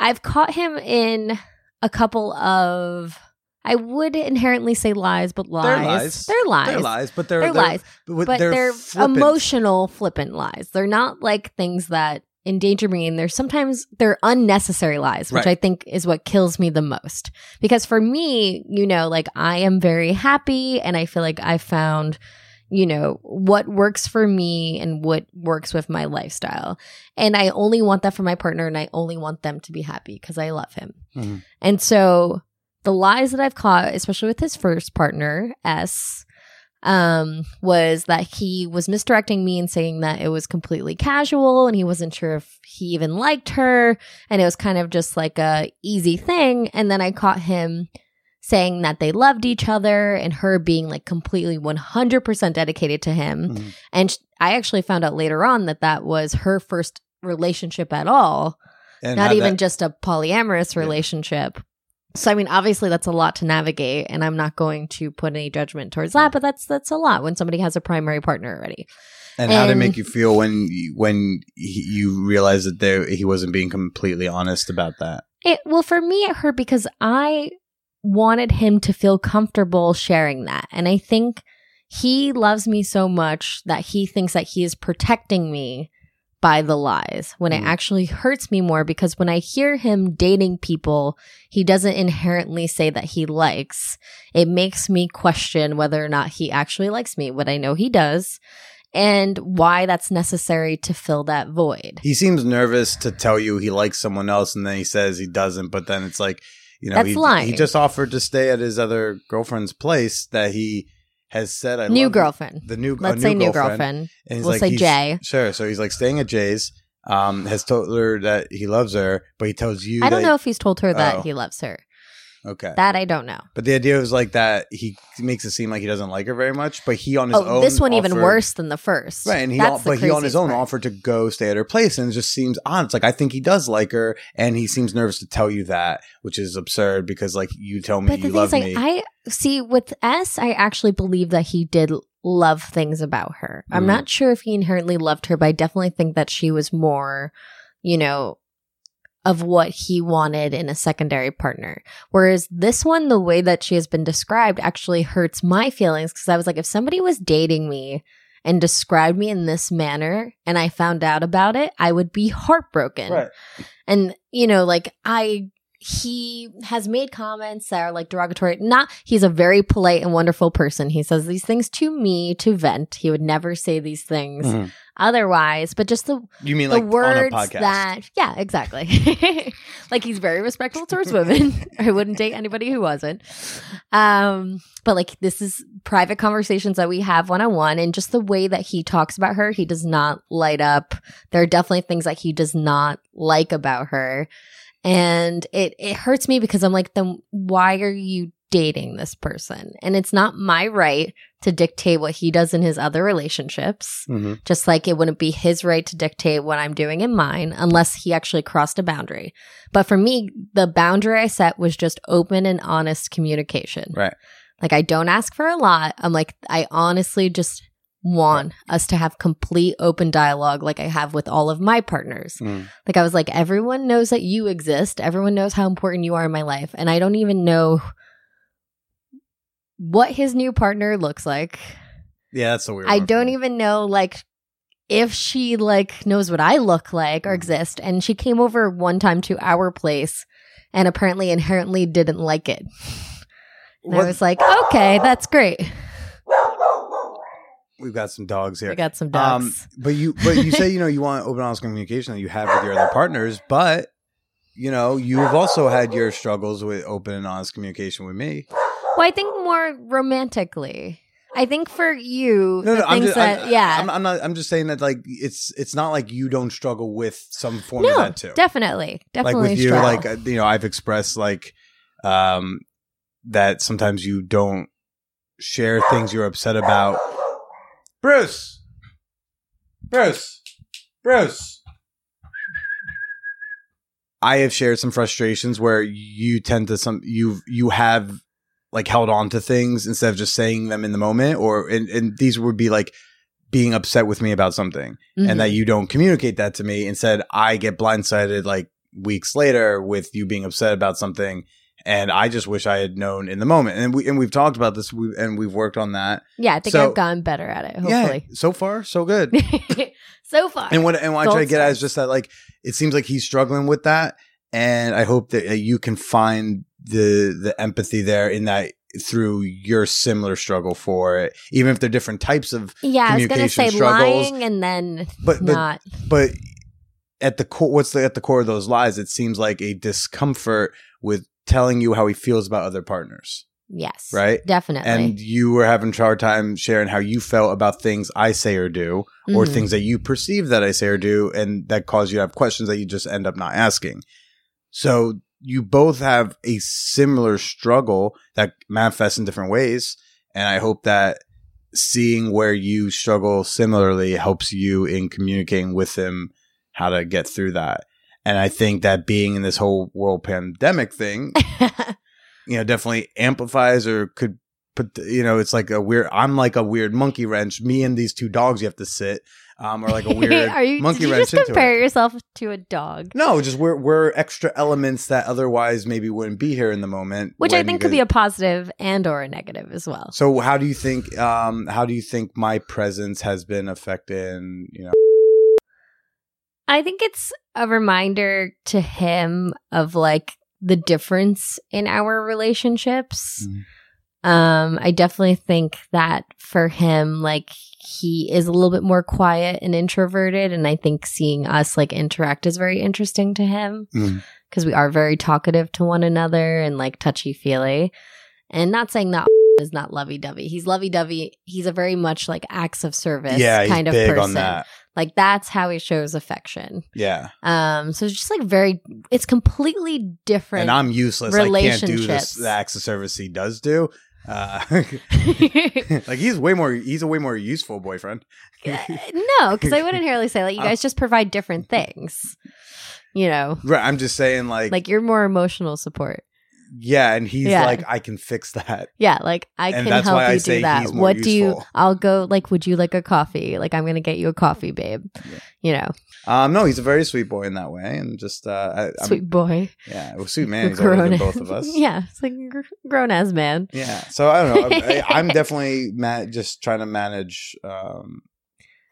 [SPEAKER 1] I've caught him in a couple of I would inherently say lies, but lies.
[SPEAKER 2] lies.
[SPEAKER 1] They're lies.
[SPEAKER 2] They're lies, but they're,
[SPEAKER 1] They're lies.
[SPEAKER 2] but
[SPEAKER 1] But
[SPEAKER 2] they're,
[SPEAKER 1] they're,
[SPEAKER 2] flippant.
[SPEAKER 1] emotional flippant lies. They're not like things that endanger me and they're sometimes they're unnecessary lies, which
[SPEAKER 2] Right.
[SPEAKER 1] I think is what kills me the most. Because for me, you know, like I am very happy and I feel like I found you know, what works for me and what works with my lifestyle. And I only want that for my partner and I only want them to be happy because I love him.
[SPEAKER 2] Mhm.
[SPEAKER 1] And so the lies that I've caught, especially with his first partner, S, um, was that he was misdirecting me and saying that it was completely casual and he wasn't sure if he even liked her and it was kind of just like a easy thing. And then I caught him saying that they loved each other and her being like completely 100% dedicated to him.
[SPEAKER 2] Mhm.
[SPEAKER 1] And sh- I actually found out later on that that was her first relationship at all,
[SPEAKER 2] And
[SPEAKER 1] not
[SPEAKER 2] how
[SPEAKER 1] even
[SPEAKER 2] that-
[SPEAKER 1] just a polyamorous
[SPEAKER 2] Yeah.
[SPEAKER 1] relationship. So I mean, obviously that's a lot to navigate, and I'm not going to put any judgment towards
[SPEAKER 2] Mm.
[SPEAKER 1] that. But that's that's a lot when somebody has a primary partner already.
[SPEAKER 2] and how did it
[SPEAKER 1] and-
[SPEAKER 2] make you feel when you- when he, you realized that there he wasn't being completely honest about that?
[SPEAKER 1] It well for me it hurt because I wanted him to feel comfortable sharing that. And I think he loves me so much that he thinks that he is protecting me by the lies when
[SPEAKER 2] Mm.
[SPEAKER 1] it actually hurts me more because when I hear him dating people he doesn't inherently say that he likes, it makes me question whether or not he actually likes me, what I know he does, and why that's necessary to fill that void.
[SPEAKER 2] He seems nervous to tell you he likes someone else, and then he says he doesn't. But then it's like, you know,
[SPEAKER 1] That's
[SPEAKER 2] he,
[SPEAKER 1] lying.
[SPEAKER 2] he just offered to stay at his other girlfriend's place that he has said I
[SPEAKER 1] new
[SPEAKER 2] love you."
[SPEAKER 1] girlfriend.
[SPEAKER 2] The new, a
[SPEAKER 1] Let's say new girlfriend.
[SPEAKER 2] And he's
[SPEAKER 1] We'll
[SPEAKER 2] like,
[SPEAKER 1] say
[SPEAKER 2] he's-
[SPEAKER 1] Jay.
[SPEAKER 2] Sure. So he's like staying at Jay's. Um, has told her that he loves her, but he tells you.
[SPEAKER 1] I don't
[SPEAKER 2] that-
[SPEAKER 1] know if he's told her that
[SPEAKER 2] Oh.
[SPEAKER 1] he loves her.
[SPEAKER 2] Okay.
[SPEAKER 1] That I don't know.
[SPEAKER 2] But the idea was like that he makes it seem like he doesn't like her very much, but he on his
[SPEAKER 1] Oh,
[SPEAKER 2] own.
[SPEAKER 1] this one even
[SPEAKER 2] offered-
[SPEAKER 1] worse than the first.
[SPEAKER 2] Right, and he
[SPEAKER 1] That's the
[SPEAKER 2] but he on his
[SPEAKER 1] craziest
[SPEAKER 2] own
[SPEAKER 1] part.
[SPEAKER 2] offered to go stay at her place, and it just seems odd. It's like I think he does like her, and he seems nervous to tell you that, which is absurd because like you tell me
[SPEAKER 1] But the
[SPEAKER 2] you
[SPEAKER 1] thing
[SPEAKER 2] love
[SPEAKER 1] is, like,
[SPEAKER 2] me.
[SPEAKER 1] I see with S, I actually believe that he did l- love things about her. I'm
[SPEAKER 2] Mm.
[SPEAKER 1] not sure if he inherently loved her, but I definitely think that she was more, you know, of what he wanted in a secondary partner. Whereas this one, the way that she has been described actually hurts my feelings because I was like, if somebody was dating me and described me in this manner and I found out about it, I would be heartbroken.
[SPEAKER 2] Right.
[SPEAKER 1] And, you know, like I, he has made comments that are like derogatory. Not, he's a very polite and wonderful person. He says these things to me to vent. He would never say these things
[SPEAKER 2] Mhm.
[SPEAKER 1] otherwise, but just the,
[SPEAKER 2] You mean
[SPEAKER 1] the
[SPEAKER 2] like on a
[SPEAKER 1] words
[SPEAKER 2] podcast?
[SPEAKER 1] that, yeah, exactly. like he's very respectful towards women. I wouldn't date anybody who wasn't. Um, but like this is private conversations that we have one on one, and just the way that he talks about her, he does not light up. There are definitely things that he does not like about her, and it it hurts me because I'm like, then why are you? dating this person and it's not my right to dictate what he does in his other relationships
[SPEAKER 2] Mhm.
[SPEAKER 1] just like it wouldn't be his right to dictate what I'm doing in mine unless he actually crossed a boundary. But for me, the boundary I set was just open and honest communication.
[SPEAKER 2] Right.
[SPEAKER 1] Like I don't ask for a lot. I'm like, I honestly just want us to have complete open dialogue like I have with all of my partners.
[SPEAKER 2] Mm.
[SPEAKER 1] Like I was like, everyone knows that you exist. Everyone knows how important you are in my life. And I don't even know what his new partner looks like.
[SPEAKER 2] Yeah, that's a weird.
[SPEAKER 1] I
[SPEAKER 2] one for
[SPEAKER 1] don't
[SPEAKER 2] me.
[SPEAKER 1] even know like if she like knows what I look like or
[SPEAKER 2] Mhm.
[SPEAKER 1] exist. And she came over one time to our place and apparently inherently didn't like it. And
[SPEAKER 2] What-
[SPEAKER 1] I was like, okay, that's great.
[SPEAKER 2] We've got some dogs here. Um,
[SPEAKER 1] We got some dogs.
[SPEAKER 2] but you but you say you know you want open honest communication that you have with your other partners, but you know you've also had your struggles with open and honest communication with me.
[SPEAKER 1] well, I think more romantically. I think for you,
[SPEAKER 2] No,
[SPEAKER 1] the
[SPEAKER 2] no, I'm
[SPEAKER 1] things
[SPEAKER 2] just,
[SPEAKER 1] that
[SPEAKER 2] I'm,
[SPEAKER 1] yeah,
[SPEAKER 2] I'm, I'm not. I'm just saying that like it's it's not like you don't struggle with some form of
[SPEAKER 1] no,
[SPEAKER 2] that too.
[SPEAKER 1] definitely,
[SPEAKER 2] like
[SPEAKER 1] definitely
[SPEAKER 2] with you,
[SPEAKER 1] struggle.
[SPEAKER 2] like uh, you know, I've expressed like um that sometimes you don't share things you're upset about. Bruce, Bruce, Bruce. I have shared some frustrations where you tend to some you you have like held on to things instead of just saying them in the moment, or and, and these would be like being upset with me about something
[SPEAKER 1] Mm-hmm.
[SPEAKER 2] and that you don't communicate that to me. Instead, I get blindsided like weeks later with you being upset about something, and I just wish I had known in the moment. And we and we've talked about this, we, and we've worked on that.
[SPEAKER 1] yeah, I think
[SPEAKER 2] so-
[SPEAKER 1] I've gotten better at it. Hopefully,
[SPEAKER 2] Yeah, so far so good.
[SPEAKER 1] so far.
[SPEAKER 2] and what and what I try
[SPEAKER 1] Gold
[SPEAKER 2] to get at is just that like it seems like he's struggling with that, and I hope that uh, you can find the the empathy there in that through your similar struggle for it, even if they're different types of.
[SPEAKER 1] yeah, I was gonna say
[SPEAKER 2] communication struggles.
[SPEAKER 1] lying and then
[SPEAKER 2] But but
[SPEAKER 1] not.
[SPEAKER 2] but at the core what's the, at the core of those lies it seems like a discomfort with telling you how he feels about other partners
[SPEAKER 1] Yes,
[SPEAKER 2] Right?
[SPEAKER 1] Definitely.
[SPEAKER 2] and you were having a hard time sharing how you felt about things i say or do or
[SPEAKER 1] Mhm.
[SPEAKER 2] things that you perceive that i say or do and that cause you to have questions that you just end up not asking so you both have a similar struggle that manifests in different ways and i hope that seeing where you struggle similarly helps you in communicating with him how to get through that and i think that being in this whole world pandemic thing you know definitely amplifies or could put you know it's like a weird i'm like a weird monkey wrench me and these two dogs you have to sit um or like a weird
[SPEAKER 1] Are you,
[SPEAKER 2] monkey
[SPEAKER 1] did you
[SPEAKER 2] wrench
[SPEAKER 1] just
[SPEAKER 2] into
[SPEAKER 1] compare
[SPEAKER 2] it
[SPEAKER 1] yourself to a dog?
[SPEAKER 2] no just we're we're extra elements that otherwise maybe wouldn't be here in the moment
[SPEAKER 1] Which I
[SPEAKER 2] when
[SPEAKER 1] think
[SPEAKER 2] you
[SPEAKER 1] could be
[SPEAKER 2] guys-
[SPEAKER 1] a positive and or a negative as well.
[SPEAKER 2] so how do you think um how do you think my presence has been affecting you know
[SPEAKER 1] I think it's a reminder to him of like the difference in our relationships.
[SPEAKER 2] Mm-hmm.
[SPEAKER 1] Um, I definitely think that for him, like he is a little bit more quiet and introverted, and I think seeing us like interact is very interesting to him
[SPEAKER 2] Mhm.
[SPEAKER 1] because we are very talkative to one another and like touchy feely. And not saying that is not lovey dovey. He's lovey dovey. He's a very much like acts of service
[SPEAKER 2] yeah
[SPEAKER 1] kind
[SPEAKER 2] he's
[SPEAKER 1] of
[SPEAKER 2] big
[SPEAKER 1] person.
[SPEAKER 2] on that
[SPEAKER 1] Like that's how he shows affection.
[SPEAKER 2] yeah
[SPEAKER 1] Um, so it's just like very, it's completely different.
[SPEAKER 2] and i'm useless i can't do this
[SPEAKER 1] Relationships.
[SPEAKER 2] the acts of service he does do uh like he's way more he's a way more useful boyfriend
[SPEAKER 1] no, because I wouldn't really say like
[SPEAKER 2] Uh,
[SPEAKER 1] you guys just provide different things. You know,
[SPEAKER 2] right i'm just saying like,
[SPEAKER 1] like you're more emotional support.
[SPEAKER 2] yeah and he's
[SPEAKER 1] Yeah.
[SPEAKER 2] like i can fix that
[SPEAKER 1] Yeah, like I
[SPEAKER 2] And
[SPEAKER 1] can
[SPEAKER 2] that's
[SPEAKER 1] help
[SPEAKER 2] why
[SPEAKER 1] you
[SPEAKER 2] I
[SPEAKER 1] do
[SPEAKER 2] say
[SPEAKER 1] that.
[SPEAKER 2] he's more
[SPEAKER 1] What do you?
[SPEAKER 2] useful.
[SPEAKER 1] I'll go. Like, would you like a coffee? Like, I'm gonna get you a coffee, babe.
[SPEAKER 2] Yeah.
[SPEAKER 1] You know,
[SPEAKER 2] um no he's a very sweet boy in that way and just uh I,
[SPEAKER 1] sweet
[SPEAKER 2] I'm,
[SPEAKER 1] boy,
[SPEAKER 2] yeah well, sweet man he's older
[SPEAKER 1] grown.
[SPEAKER 2] than both of us
[SPEAKER 1] yeah, it's like grown ass man.
[SPEAKER 2] yeah so i don't know I, i'm definitely ma- just trying to manage um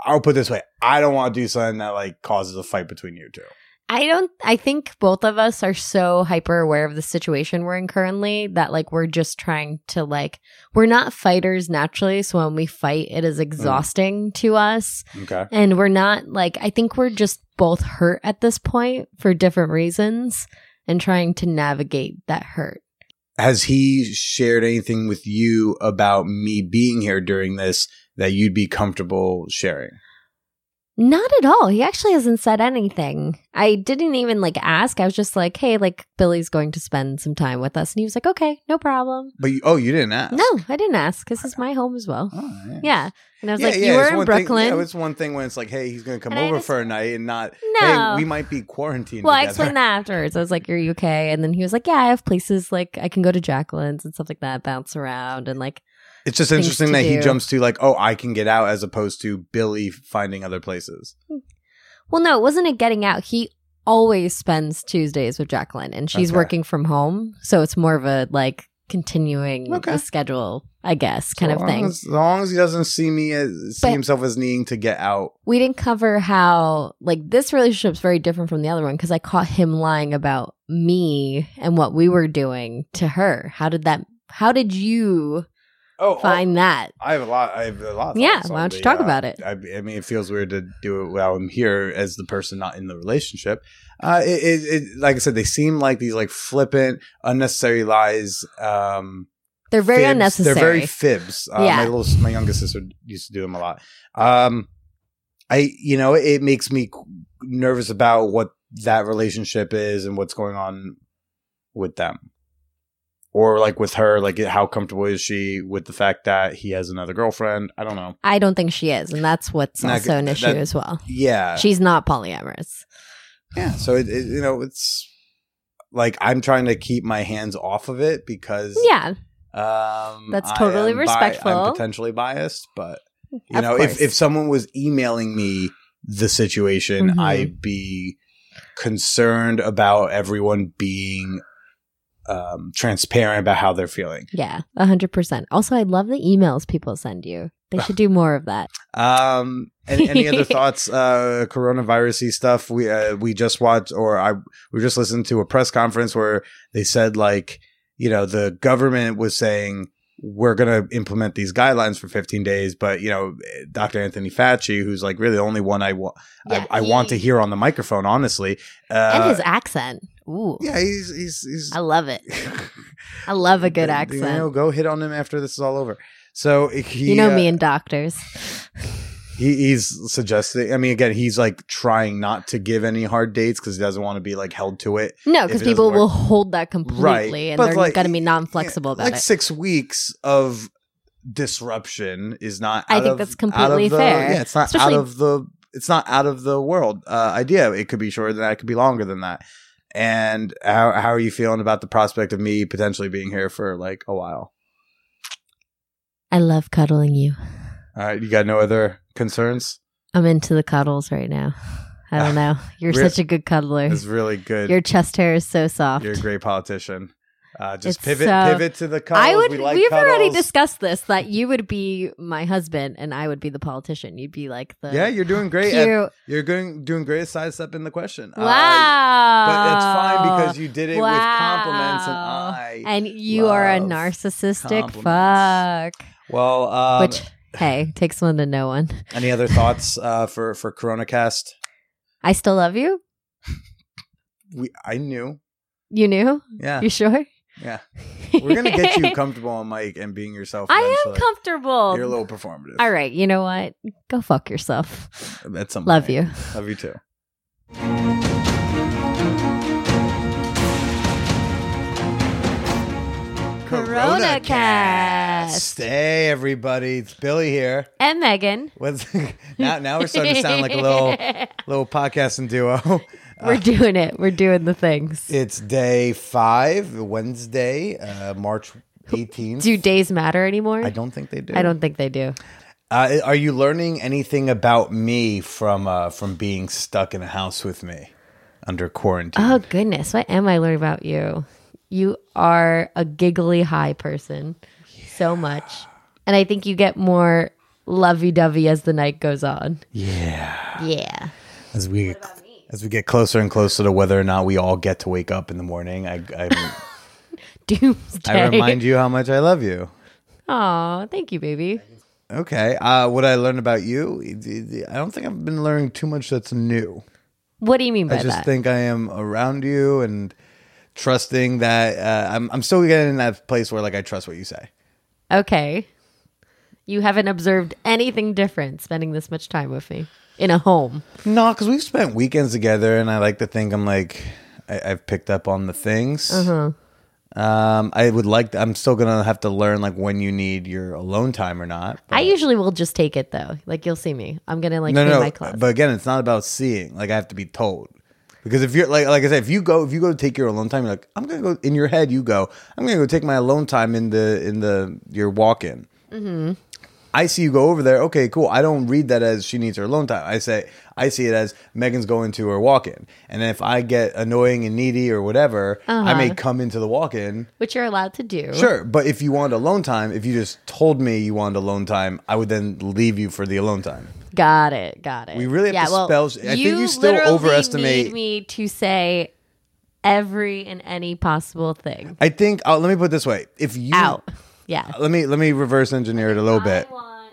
[SPEAKER 2] i'll put it this way i don't want to do something that like causes a fight between you two
[SPEAKER 1] I don't I think both of us are so hyper aware of the situation we're in currently that like we're just trying to like we're not fighters naturally so when we fight it is exhausting to us
[SPEAKER 2] okay
[SPEAKER 1] and we're not like I think we're just both hurt at this point for different reasons and trying to navigate that hurt.
[SPEAKER 2] has he shared anything with you about me being here during this that you'd be comfortable sharing
[SPEAKER 1] Not at all. He actually hasn't said anything. I didn't even like ask. I was just like, "Hey, like Billy's going to spend some time with us." And he was like, "Okay, no problem."
[SPEAKER 2] but you, oh you didn't ask
[SPEAKER 1] No, I didn't ask. This is my home as well.
[SPEAKER 2] Oh,
[SPEAKER 1] Yeah. And I was
[SPEAKER 2] Yeah,
[SPEAKER 1] like,
[SPEAKER 2] yeah,
[SPEAKER 1] you
[SPEAKER 2] it's
[SPEAKER 1] were in
[SPEAKER 2] one thing-
[SPEAKER 1] Brooklyn.
[SPEAKER 2] yeah, it's one thing when it's like, hey, he's gonna come
[SPEAKER 1] And I
[SPEAKER 2] over
[SPEAKER 1] just-
[SPEAKER 2] for a night and not.
[SPEAKER 1] no.
[SPEAKER 2] Hey, we might be quarantined.
[SPEAKER 1] well, I
[SPEAKER 2] together.
[SPEAKER 1] explained that afterwards. I was like, you're UK. And then he was like, yeah, I have places like I can go to Jacqueline's and stuff like that, bounce around. And like,
[SPEAKER 2] It's just
[SPEAKER 1] things
[SPEAKER 2] interesting
[SPEAKER 1] to
[SPEAKER 2] that he
[SPEAKER 1] do.
[SPEAKER 2] jumps to like, oh, I can get out, as opposed to Billy finding other places.
[SPEAKER 1] well, no, it wasn't a getting out. He always spends Tuesdays with Jacqueline and she's
[SPEAKER 2] Okay.
[SPEAKER 1] working from home. So it's more of a like continuing
[SPEAKER 2] Okay.
[SPEAKER 1] the schedule, I guess, kind
[SPEAKER 2] So
[SPEAKER 1] of
[SPEAKER 2] long
[SPEAKER 1] thing.
[SPEAKER 2] As, as long as he doesn't see me as see
[SPEAKER 1] But-
[SPEAKER 2] himself as needing to get out.
[SPEAKER 1] we didn't cover how like this relationship's very different from the other one because I caught him lying about me and what we were doing to her. How did that? How did you
[SPEAKER 2] Oh,
[SPEAKER 1] find that?
[SPEAKER 2] I have a lot. I have a lot. of
[SPEAKER 1] Yeah,
[SPEAKER 2] thoughts
[SPEAKER 1] why
[SPEAKER 2] on
[SPEAKER 1] don't you
[SPEAKER 2] the,
[SPEAKER 1] talk
[SPEAKER 2] uh,
[SPEAKER 1] about it?
[SPEAKER 2] I, I mean, it feels weird to do it while I'm here as the person not in the relationship. Uh, it, it, it, like I said, they seem like these like flippant, unnecessary lies. Um,
[SPEAKER 1] They're very
[SPEAKER 2] fibs.
[SPEAKER 1] unnecessary.
[SPEAKER 2] They're very fibs. Uh,
[SPEAKER 1] Yeah.
[SPEAKER 2] My little, my youngest sister used to do them a lot. Um, I, you know, it makes me nervous about what that relationship is and what's going on with them, or like with her. Like, how comfortable is she with the fact that he has another girlfriend? I don't know.
[SPEAKER 1] I don't think she is, and that's what's
[SPEAKER 2] Not
[SPEAKER 1] also an
[SPEAKER 2] good-
[SPEAKER 1] issue
[SPEAKER 2] that- uh,
[SPEAKER 1] as well.
[SPEAKER 2] Yeah,
[SPEAKER 1] She's not polyamorous.
[SPEAKER 2] yeah. So it, it, you know, it's like I'm trying to keep my hands off of it because
[SPEAKER 1] Yeah,
[SPEAKER 2] Um,
[SPEAKER 1] That's
[SPEAKER 2] I
[SPEAKER 1] totally
[SPEAKER 2] am bi-
[SPEAKER 1] respectful.
[SPEAKER 2] I'm potentially biased, but you
[SPEAKER 1] Of
[SPEAKER 2] know,
[SPEAKER 1] course.
[SPEAKER 2] if, if someone was emailing me the situation,
[SPEAKER 1] Mhm.
[SPEAKER 2] I'd be concerned about everyone being um, transparent about how they're feeling.
[SPEAKER 1] yeah, hundred percent. Also, I love the emails people send you. They should do more of that.
[SPEAKER 2] Um, any, any other thoughts? Uh, coronavirusy stuff. We uh, we just watched, or I we just listened to a press conference where they said like, you know, the government was saying we're going to implement these guidelines for 15 days, but you know, Dr. Anthony Fauci, who's like really the only one I want,
[SPEAKER 1] Yeah,
[SPEAKER 2] I, I want to
[SPEAKER 1] he-
[SPEAKER 2] hear on the microphone, honestly. Uh,
[SPEAKER 1] and his accent. Ooh,
[SPEAKER 2] yeah, he's he's he's.
[SPEAKER 1] I love it. I love a good
[SPEAKER 2] You know,
[SPEAKER 1] accent.
[SPEAKER 2] go hit on him after this is all over. So he,
[SPEAKER 1] You know
[SPEAKER 2] uh,
[SPEAKER 1] me and doctors.
[SPEAKER 2] He, he's suggesting. I mean, again, he's like trying not to give any hard dates because he doesn't want to be like held to it.
[SPEAKER 1] No,
[SPEAKER 2] if it
[SPEAKER 1] because
[SPEAKER 2] doesn't
[SPEAKER 1] people will
[SPEAKER 2] work-
[SPEAKER 1] hold that completely, and
[SPEAKER 2] but
[SPEAKER 1] they're
[SPEAKER 2] like-
[SPEAKER 1] going to be non-flexible about
[SPEAKER 2] like
[SPEAKER 1] it.
[SPEAKER 2] six weeks of disruption is not.
[SPEAKER 1] I
[SPEAKER 2] out
[SPEAKER 1] think
[SPEAKER 2] of-
[SPEAKER 1] that's
[SPEAKER 2] out of
[SPEAKER 1] completely
[SPEAKER 2] the-
[SPEAKER 1] fair.
[SPEAKER 2] Yeah, it's not
[SPEAKER 1] Especially-
[SPEAKER 2] out of the. It's not out of the world uh, idea. It could be shorter than that. It could be longer than that. And how how are you feeling about the prospect of me potentially being here for like a while?
[SPEAKER 1] I love cuddling you.
[SPEAKER 2] All right, you got no other concerns?
[SPEAKER 1] I'm into the cuddles right now. I don't
[SPEAKER 2] Ah,
[SPEAKER 1] know. You're
[SPEAKER 2] Re-
[SPEAKER 1] such a good cuddler.
[SPEAKER 2] It's really good.
[SPEAKER 1] Your chest hair is so soft.
[SPEAKER 2] You're a great politician. Uh, just
[SPEAKER 1] It's
[SPEAKER 2] pivot,
[SPEAKER 1] so-
[SPEAKER 2] pivot to the cuddles.
[SPEAKER 1] I would.
[SPEAKER 2] We
[SPEAKER 1] We
[SPEAKER 2] like
[SPEAKER 1] have already
[SPEAKER 2] cuddles.
[SPEAKER 1] discussed this that you would be my husband and I would be the politician. You'd be like the
[SPEAKER 2] Yeah, you're uh, doing great.
[SPEAKER 1] cute.
[SPEAKER 2] At, you're doing doing great at sidestepping the question. Uh,
[SPEAKER 1] wow.
[SPEAKER 2] but it's fine because you did it with compliments, and
[SPEAKER 1] Wow.
[SPEAKER 2] I.
[SPEAKER 1] and you are a
[SPEAKER 2] love
[SPEAKER 1] narcissistic
[SPEAKER 2] compliments.
[SPEAKER 1] fuck.
[SPEAKER 2] well, um,
[SPEAKER 1] Which hey, takes one to know one.
[SPEAKER 2] any other thoughts uh, for for CoronaCast?
[SPEAKER 1] I still love you.
[SPEAKER 2] We, I knew.
[SPEAKER 1] You knew.
[SPEAKER 2] Yeah,
[SPEAKER 1] You sure?
[SPEAKER 2] yeah. We're gonna get you comfortable on mic and being yourself.
[SPEAKER 1] I am
[SPEAKER 2] eventually.
[SPEAKER 1] comfortable.
[SPEAKER 2] You're a little performative.
[SPEAKER 1] All right, you know what? Go fuck yourself.
[SPEAKER 2] That's something.
[SPEAKER 1] Love you.
[SPEAKER 2] Love you too.
[SPEAKER 1] Corona Cast.
[SPEAKER 2] Hey everybody, it's Billy here.
[SPEAKER 1] And Megan.
[SPEAKER 2] What's now? Now we're starting to sound like a little little podcasting duo.
[SPEAKER 1] We're doing it. We're doing the things.
[SPEAKER 2] It's day five, Wednesday, uh, March eighteenth.
[SPEAKER 1] Do days matter anymore?
[SPEAKER 2] I don't think they do.
[SPEAKER 1] I don't think they do.
[SPEAKER 2] Uh, are you learning anything about me from uh, from being stuck in a house with me under quarantine?
[SPEAKER 1] Oh goodness, what am I learning about you? You are a giggly high person. So much. And I think you get more lovey dovey as the night goes on.
[SPEAKER 2] yeah.
[SPEAKER 1] Yeah.
[SPEAKER 2] As we as we get closer and closer to whether or not we all get to wake up in the morning, I I,
[SPEAKER 1] Doomsday.
[SPEAKER 2] I remind you how much I love you.
[SPEAKER 1] Aw, thank you, baby.
[SPEAKER 2] Okay. Uh, what I learned about you, I don't think I've been learning too much that's new.
[SPEAKER 1] What do you mean by
[SPEAKER 2] I just
[SPEAKER 1] that?
[SPEAKER 2] think I am around you and trusting that uh, I'm, I'm still getting in that place where like I trust what you say.
[SPEAKER 1] okay. You haven't observed anything different spending this much time with me in a home.
[SPEAKER 2] No, because we've spent weekends together, and I like to think I'm like I, I've picked up on the things. Um, I would like. I'm still gonna have to learn like when you need your alone time or not.
[SPEAKER 1] I usually will just take it though. Like you'll see me. I'm gonna like
[SPEAKER 2] no,
[SPEAKER 1] clean
[SPEAKER 2] no.
[SPEAKER 1] my closet.
[SPEAKER 2] But again, it's not about seeing. Like I have to be told. Because if you're like like I said, if you go if you go take your alone time, you're like I'm gonna go in your head. You go, I'm gonna go take my alone time in the in the your walk in. I see you go over there. Okay, cool. I don't read that as she needs her alone time. I say I see it as Megan's going to her walk in, and if I get annoying and needy or whatever, I may come into the walk in.
[SPEAKER 1] which you're allowed to do.
[SPEAKER 2] Sure, but if you want alone time, if you just told me you wanted alone time, I would then leave you for the alone time.
[SPEAKER 1] Got it. Got it.
[SPEAKER 2] We really have to spell- I think you still
[SPEAKER 1] literally
[SPEAKER 2] overestimate-
[SPEAKER 1] need me to say every and any possible thing
[SPEAKER 2] I think. Oh, let me put it this way: if you
[SPEAKER 1] out. Yeah.
[SPEAKER 2] let me let me reverse engineer it a little bit.
[SPEAKER 1] want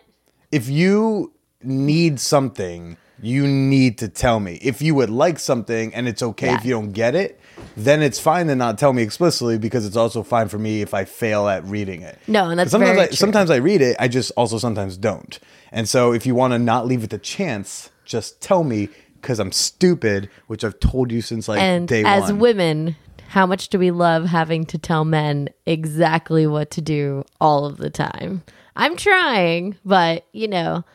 [SPEAKER 2] If you need something, you need to tell me. If you would like something and it's okay
[SPEAKER 1] Yeah.
[SPEAKER 2] if you don't get it, then it's fine to not tell me explicitly because it's also fine for me if I fail at reading it.
[SPEAKER 1] No, and that's
[SPEAKER 2] sometimes
[SPEAKER 1] very
[SPEAKER 2] I,
[SPEAKER 1] true.
[SPEAKER 2] sometimes I read it, I just also sometimes don't. And so if you want to not leave it to chance, just tell me because I'm stupid, which I've told you since like
[SPEAKER 1] And
[SPEAKER 2] day
[SPEAKER 1] as
[SPEAKER 2] one.
[SPEAKER 1] women, how much do we love having to tell men exactly what to do all of the time? I'm trying, but you know,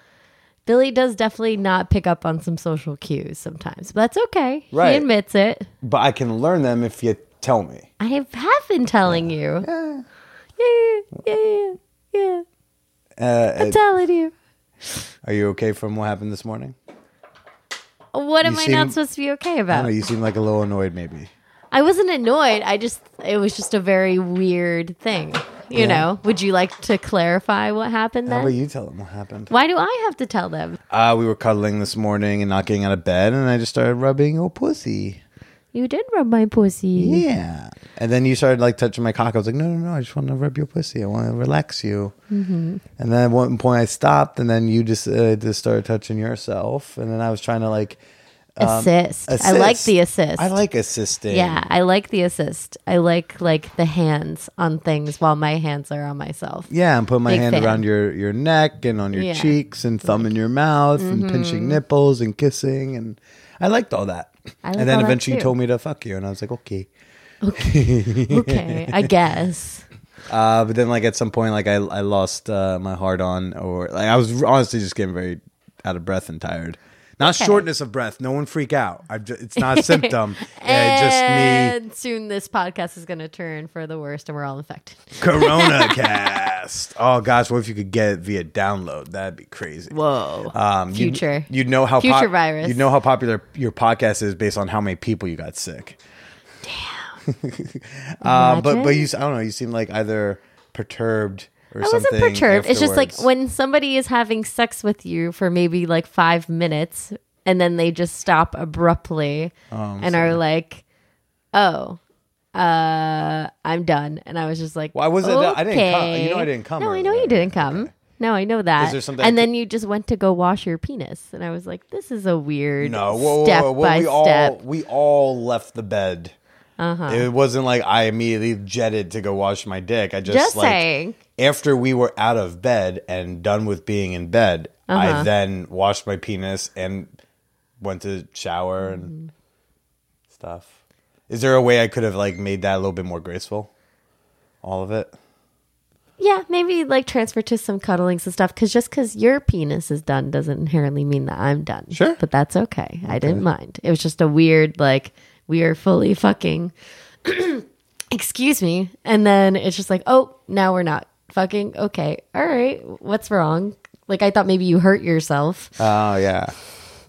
[SPEAKER 1] Billy does definitely not pick up on some social cues sometimes. But that's okay.
[SPEAKER 2] Right.
[SPEAKER 1] He admits it.
[SPEAKER 2] but I can learn them if you tell me.
[SPEAKER 1] I have have been telling you. Yeah, yeah, yeah, yeah.
[SPEAKER 2] Uh,
[SPEAKER 1] I'm telling you.
[SPEAKER 2] are you okay from what happened this morning?
[SPEAKER 1] What am I
[SPEAKER 2] seem-
[SPEAKER 1] not supposed to be okay
[SPEAKER 2] I
[SPEAKER 1] about?
[SPEAKER 2] don't know, you seem like a little annoyed maybe.
[SPEAKER 1] I wasn't annoyed. I just it was just a very weird thing. You know, would you like to clarify what happened
[SPEAKER 2] How
[SPEAKER 1] then?
[SPEAKER 2] about you tell them what happened?
[SPEAKER 1] Why do I have to tell them?
[SPEAKER 2] Uh, we were cuddling this morning and not getting out of bed, and I just started rubbing your pussy.
[SPEAKER 1] You did rub my pussy.
[SPEAKER 2] Yeah. And then you started like touching my cock. I was like, no, no, no. I just want to rub your pussy. I want to relax you.
[SPEAKER 1] Mm-hmm.
[SPEAKER 2] And then at one point I stopped, and then you just uh, just started touching yourself. And then I was trying to like
[SPEAKER 1] assist. I like the assist.
[SPEAKER 2] um, I like assisting.
[SPEAKER 1] yeah, I like the assist. I like like the hands on things while my hands are on myself.
[SPEAKER 2] Yeah, and put my
[SPEAKER 1] Big
[SPEAKER 2] hand
[SPEAKER 1] fan.
[SPEAKER 2] around your your neck and on your
[SPEAKER 1] Yeah. Mm-hmm.
[SPEAKER 2] cheeks and thumb in your mouth and pinching nipples and kissing and I liked all that.
[SPEAKER 1] I like
[SPEAKER 2] and then
[SPEAKER 1] all that
[SPEAKER 2] eventually you
[SPEAKER 1] too.
[SPEAKER 2] told me to fuck you and I was like, okay.
[SPEAKER 1] Okay, I guess.
[SPEAKER 2] Uh, but then like at some point like I I lost uh, my heart on or like I was honestly just getting very out of breath and tired. Not shortness of breath. No one freak out. I've just, it's not a symptom. Yeah,
[SPEAKER 1] and soon this podcast is going to turn for the worst, and we're all infected.
[SPEAKER 2] just me. Corona cast. Oh gosh, what if you could get it via download? That'd be crazy.
[SPEAKER 1] Whoa,
[SPEAKER 2] Um, you'd-
[SPEAKER 1] Future.
[SPEAKER 2] You'd, know how
[SPEAKER 1] Future virus.
[SPEAKER 2] You'd know how popular your podcast is based on how many people you got sick. Damn. uh, but but you I don't know. You seem like either perturbed or
[SPEAKER 1] I
[SPEAKER 2] something.
[SPEAKER 1] wasn't perturbed. It's just like
[SPEAKER 2] afterwards.
[SPEAKER 1] when somebody is having sex with you for maybe like five minutes and then they just stop abruptly
[SPEAKER 2] Oh,
[SPEAKER 1] and are like, oh, uh, I'm done. And I was just like,
[SPEAKER 2] Why was it that- I didn't come. You know I didn't come
[SPEAKER 1] No, I
[SPEAKER 2] earlier,
[SPEAKER 1] know you
[SPEAKER 2] right?
[SPEAKER 1] didn't come. No, I know that.
[SPEAKER 2] there something I
[SPEAKER 1] and
[SPEAKER 2] could-
[SPEAKER 1] then you just went to go wash your penis. And I was like, this is a weird
[SPEAKER 2] no, whoa, whoa,
[SPEAKER 1] step
[SPEAKER 2] whoa, whoa,
[SPEAKER 1] by
[SPEAKER 2] we all
[SPEAKER 1] step.
[SPEAKER 2] we all left the bed. Uh-huh. It wasn't like I immediately jetted to go wash my dick. I just,
[SPEAKER 1] Just
[SPEAKER 2] like
[SPEAKER 1] saying.
[SPEAKER 2] after we were out of bed and done with being in bed,
[SPEAKER 1] Uh-huh.
[SPEAKER 2] I then washed my penis and went to shower and
[SPEAKER 1] Mm-hmm.
[SPEAKER 2] stuff. Is there a way I could have like made that a little bit more graceful? All of it.
[SPEAKER 1] Yeah, maybe like transfer to some cuddlings and stuff. Because just because your penis is done doesn't inherently mean that I'm done.
[SPEAKER 2] Sure.
[SPEAKER 1] but that's okay. I didn't mind. It was just a weird like we are fully fucking. Excuse me, and then it's just like, oh, now we're not fucking. Okay, all right, what's wrong? Like I thought maybe you hurt yourself,
[SPEAKER 2] Oh yeah.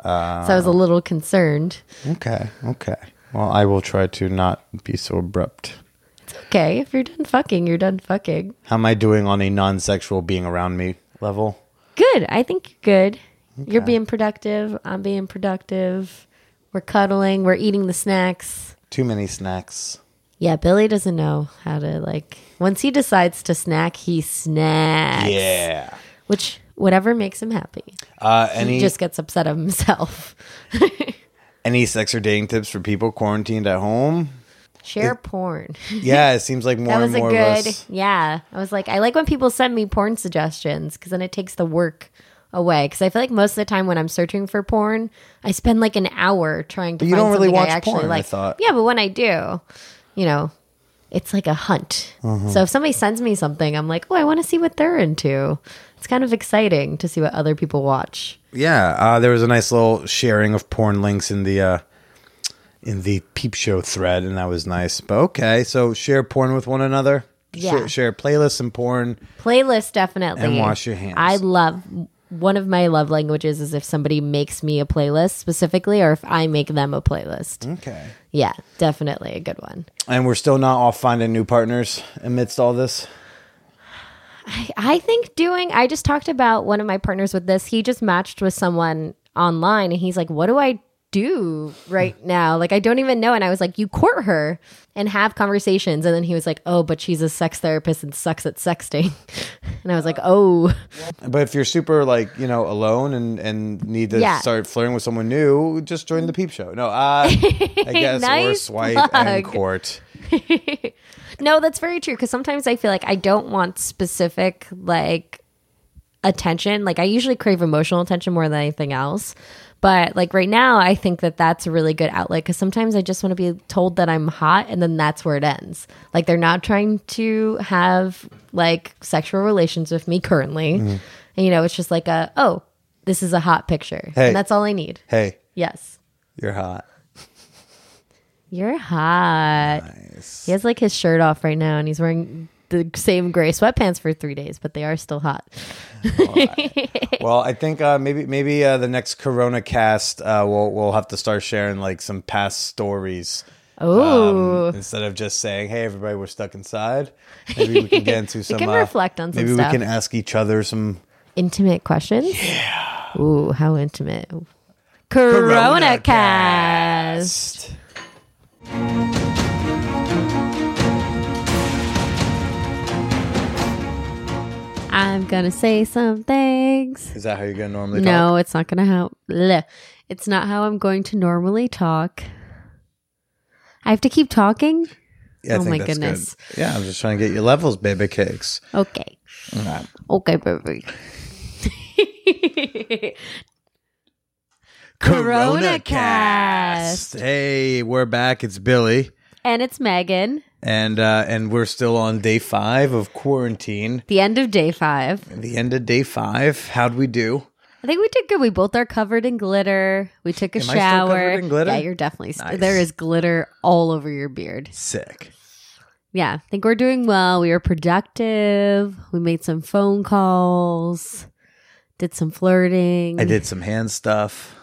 [SPEAKER 1] so I was a little concerned.
[SPEAKER 2] Okay. Okay. Well, I will try to not be so abrupt.
[SPEAKER 1] It's okay if you're done fucking, you're done fucking.
[SPEAKER 2] How am I doing on a non-sexual being around me level?
[SPEAKER 1] Good. I think you're good. You're being productive. I'm being productive. We're cuddling. We're eating the snacks.
[SPEAKER 2] Too many snacks.
[SPEAKER 1] Yeah, Billy doesn't know how to like. Once he decides to snack, he snacks.
[SPEAKER 2] Yeah.
[SPEAKER 1] Which whatever makes him happy.
[SPEAKER 2] Uh, any
[SPEAKER 1] He just gets upset of himself.
[SPEAKER 2] any sex or dating tips for people quarantined at home?
[SPEAKER 1] Share porn.
[SPEAKER 2] Yeah, it seems like more
[SPEAKER 1] That
[SPEAKER 2] and
[SPEAKER 1] was a
[SPEAKER 2] more of
[SPEAKER 1] good.
[SPEAKER 2] us.
[SPEAKER 1] Yeah, I was like, I like when people send me porn suggestions because then it takes the work away. Because I feel like most of the time when I'm searching for porn, I spend like an hour trying to.
[SPEAKER 2] you
[SPEAKER 1] find
[SPEAKER 2] don't really
[SPEAKER 1] something
[SPEAKER 2] watch
[SPEAKER 1] I actually
[SPEAKER 2] porn, I
[SPEAKER 1] Like.
[SPEAKER 2] thought.
[SPEAKER 1] Yeah, but when I do, you know, it's like a hunt.
[SPEAKER 2] Mm-hmm.
[SPEAKER 1] So if somebody sends me something, I'm like, oh, I want to see what they're into. It's kind of exciting to see what other people watch.
[SPEAKER 2] Yeah, uh, there was a nice little sharing of porn links in the uh, in the peep show thread, and that was nice. But okay, so share porn with one another.
[SPEAKER 1] Yeah.
[SPEAKER 2] Share, share playlists and porn.
[SPEAKER 1] Playlist definitely.
[SPEAKER 2] And wash your hands.
[SPEAKER 1] I love one of my love languages is if somebody makes me a playlist specifically or if I make them a playlist.
[SPEAKER 2] Okay.
[SPEAKER 1] Yeah, definitely a good one.
[SPEAKER 2] And we're still not off finding new partners amidst all this.
[SPEAKER 1] I think doing, I just talked about one of my partners with this. He just matched with someone online and he's like, What do I do right now? Like, I don't even know. And I was like, You court her and have conversations. And then he was like, Oh, but she's a sex therapist and sucks at sexting. And I was like, oh,
[SPEAKER 2] But if you're super like you know alone and and need to
[SPEAKER 1] Yeah.
[SPEAKER 2] start flirting with someone new, just join the peep show. No, uh, I guess or
[SPEAKER 1] Nice
[SPEAKER 2] swipe
[SPEAKER 1] plug.
[SPEAKER 2] and court.
[SPEAKER 1] no, that's very true. Because sometimes I feel like I don't want specific like attention. Like I usually crave emotional attention more than anything else. But like right now, I think that that's a really good outlet because sometimes I just want to be told that I'm hot, and then that's where it ends. Like they're not trying to have like sexual relations with me currently. And, you know, it's just like a oh, this is a hot picture,
[SPEAKER 2] Hey.
[SPEAKER 1] and that's all I need.
[SPEAKER 2] Hey,
[SPEAKER 1] Yes.
[SPEAKER 2] you're hot.
[SPEAKER 1] You're hot. He has like his shirt off right now and he's wearing the same gray sweatpants for three days, but they are still hot.
[SPEAKER 2] Well, I think uh, maybe maybe uh, the next Corona cast uh, we'll we'll have to start sharing like some past stories. um,
[SPEAKER 1] Oh,
[SPEAKER 2] instead of just saying, "Hey, everybody, we're stuck inside." Maybe we can get into some.
[SPEAKER 1] can
[SPEAKER 2] uh,
[SPEAKER 1] reflect on some
[SPEAKER 2] Maybe
[SPEAKER 1] stuff.
[SPEAKER 2] we can ask each other some
[SPEAKER 1] intimate questions? Yeah. Ooh, how intimate. Corona, cast. I'm going to say some things.
[SPEAKER 2] Is that how you're gonna normally
[SPEAKER 1] no,
[SPEAKER 2] talk?
[SPEAKER 1] it's not gonna help. Blech. It's not how I'm going to normally talk. I have to keep talking.
[SPEAKER 2] Yeah, I
[SPEAKER 1] Oh
[SPEAKER 2] think
[SPEAKER 1] my
[SPEAKER 2] that's good.
[SPEAKER 1] goodness.
[SPEAKER 2] Yeah, I'm just trying to get your levels, baby cakes.
[SPEAKER 1] Okay. Okay, baby. Corona cast.
[SPEAKER 2] Hey, we're back. It's Billy,
[SPEAKER 1] and it's Megan.
[SPEAKER 2] and uh, and we're still on day five of quarantine.
[SPEAKER 1] The end of day five.
[SPEAKER 2] The end of day five. How'd we do?
[SPEAKER 1] I think we did good. We both are covered in glitter. We took a
[SPEAKER 2] Am I still
[SPEAKER 1] shower.
[SPEAKER 2] covered in glitter?
[SPEAKER 1] Yeah, you're definitely. St-
[SPEAKER 2] Nice.
[SPEAKER 1] There is glitter all over your beard.
[SPEAKER 2] Sick.
[SPEAKER 1] Yeah, I think we're doing well. We were productive. We made some phone calls. Did some flirting.
[SPEAKER 2] I did some hand stuff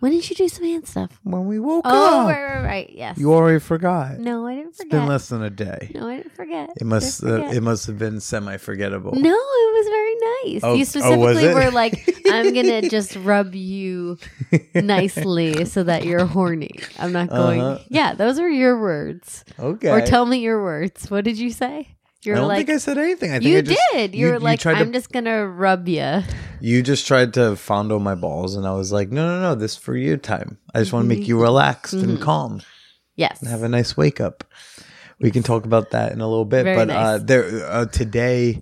[SPEAKER 1] When did you do some hand stuff?
[SPEAKER 2] when we woke
[SPEAKER 1] Oh,
[SPEAKER 2] up.
[SPEAKER 1] right, right, right. Yes.
[SPEAKER 2] Ah! You already forgot.
[SPEAKER 1] no, I didn't
[SPEAKER 2] It's
[SPEAKER 1] forget.
[SPEAKER 2] been less than a day.
[SPEAKER 1] no, I didn't forget.
[SPEAKER 2] It must
[SPEAKER 1] Didn't
[SPEAKER 2] uh,
[SPEAKER 1] forget.
[SPEAKER 2] it must have been semi forgettable.
[SPEAKER 1] No, it was very nice.
[SPEAKER 2] Oh, oh,
[SPEAKER 1] you
[SPEAKER 2] was
[SPEAKER 1] specifically
[SPEAKER 2] it?
[SPEAKER 1] were like, I'm going to just rub you nicely so that you're horny. I'm not going.
[SPEAKER 2] Uh-huh.
[SPEAKER 1] Yeah, those are your words.
[SPEAKER 2] Okay.
[SPEAKER 1] Or tell me your words. What did you say?
[SPEAKER 2] I
[SPEAKER 1] You're
[SPEAKER 2] don't
[SPEAKER 1] like,
[SPEAKER 2] think I said anything. I think
[SPEAKER 1] you
[SPEAKER 2] I just,
[SPEAKER 1] did. You, were like,
[SPEAKER 2] tried
[SPEAKER 1] I'm
[SPEAKER 2] to,
[SPEAKER 1] just going to rub you.
[SPEAKER 2] you just tried to fondle my balls, and I was like, no, no, no, this is for you time. I just want to
[SPEAKER 1] Mm-hmm.
[SPEAKER 2] make you relaxed and calm
[SPEAKER 1] Yes.
[SPEAKER 2] and have a nice wake up. We can talk about that in a little bit,
[SPEAKER 1] Very
[SPEAKER 2] but uh,
[SPEAKER 1] nice.
[SPEAKER 2] there uh, today,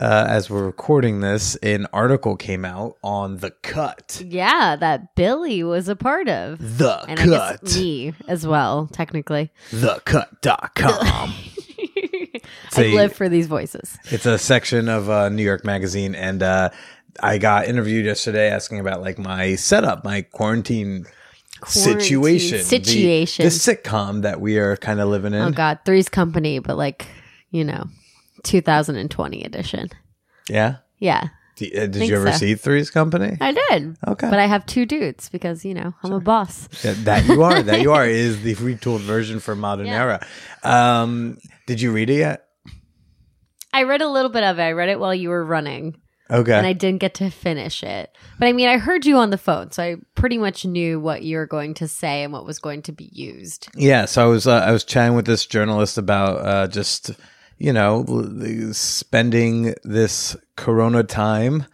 [SPEAKER 2] uh, as we're recording this, an article came out on the cut.
[SPEAKER 1] yeah, that Billy was a part of.
[SPEAKER 2] The
[SPEAKER 1] And I
[SPEAKER 2] cut.
[SPEAKER 1] guess me as well, technically.
[SPEAKER 2] Thecut.com.
[SPEAKER 1] I
[SPEAKER 2] a-
[SPEAKER 1] live for these voices.
[SPEAKER 2] It's a section of uh, New York Magazine, and uh, I got interviewed yesterday asking about like my setup, my quarantine, situation, the-
[SPEAKER 1] Situation.
[SPEAKER 2] the, sitcom that we are kind of living in.
[SPEAKER 1] Oh God, Three's Company, but like you know, 2020 edition.
[SPEAKER 2] Yeah.
[SPEAKER 1] Yeah,
[SPEAKER 2] D- uh, did
[SPEAKER 1] Think
[SPEAKER 2] you ever
[SPEAKER 1] so.
[SPEAKER 2] see Three's Company?
[SPEAKER 1] I did.
[SPEAKER 2] Okay.
[SPEAKER 1] But I have two dudes because you know I'm a boss.
[SPEAKER 2] Th- that you are. That you are is the retooled version for modern
[SPEAKER 1] Yeah.
[SPEAKER 2] era. Um, did you read it yet?
[SPEAKER 1] I read a little bit of it. I read it while you were running, and I
[SPEAKER 2] Okay.
[SPEAKER 1] didn't get to finish it. But I mean, I heard you on the phone, so I pretty much knew what you were going to say and what was going to be used.
[SPEAKER 2] Yeah. So I was uh, I was chatting with this journalist about uh, just you know l- spending this Corona time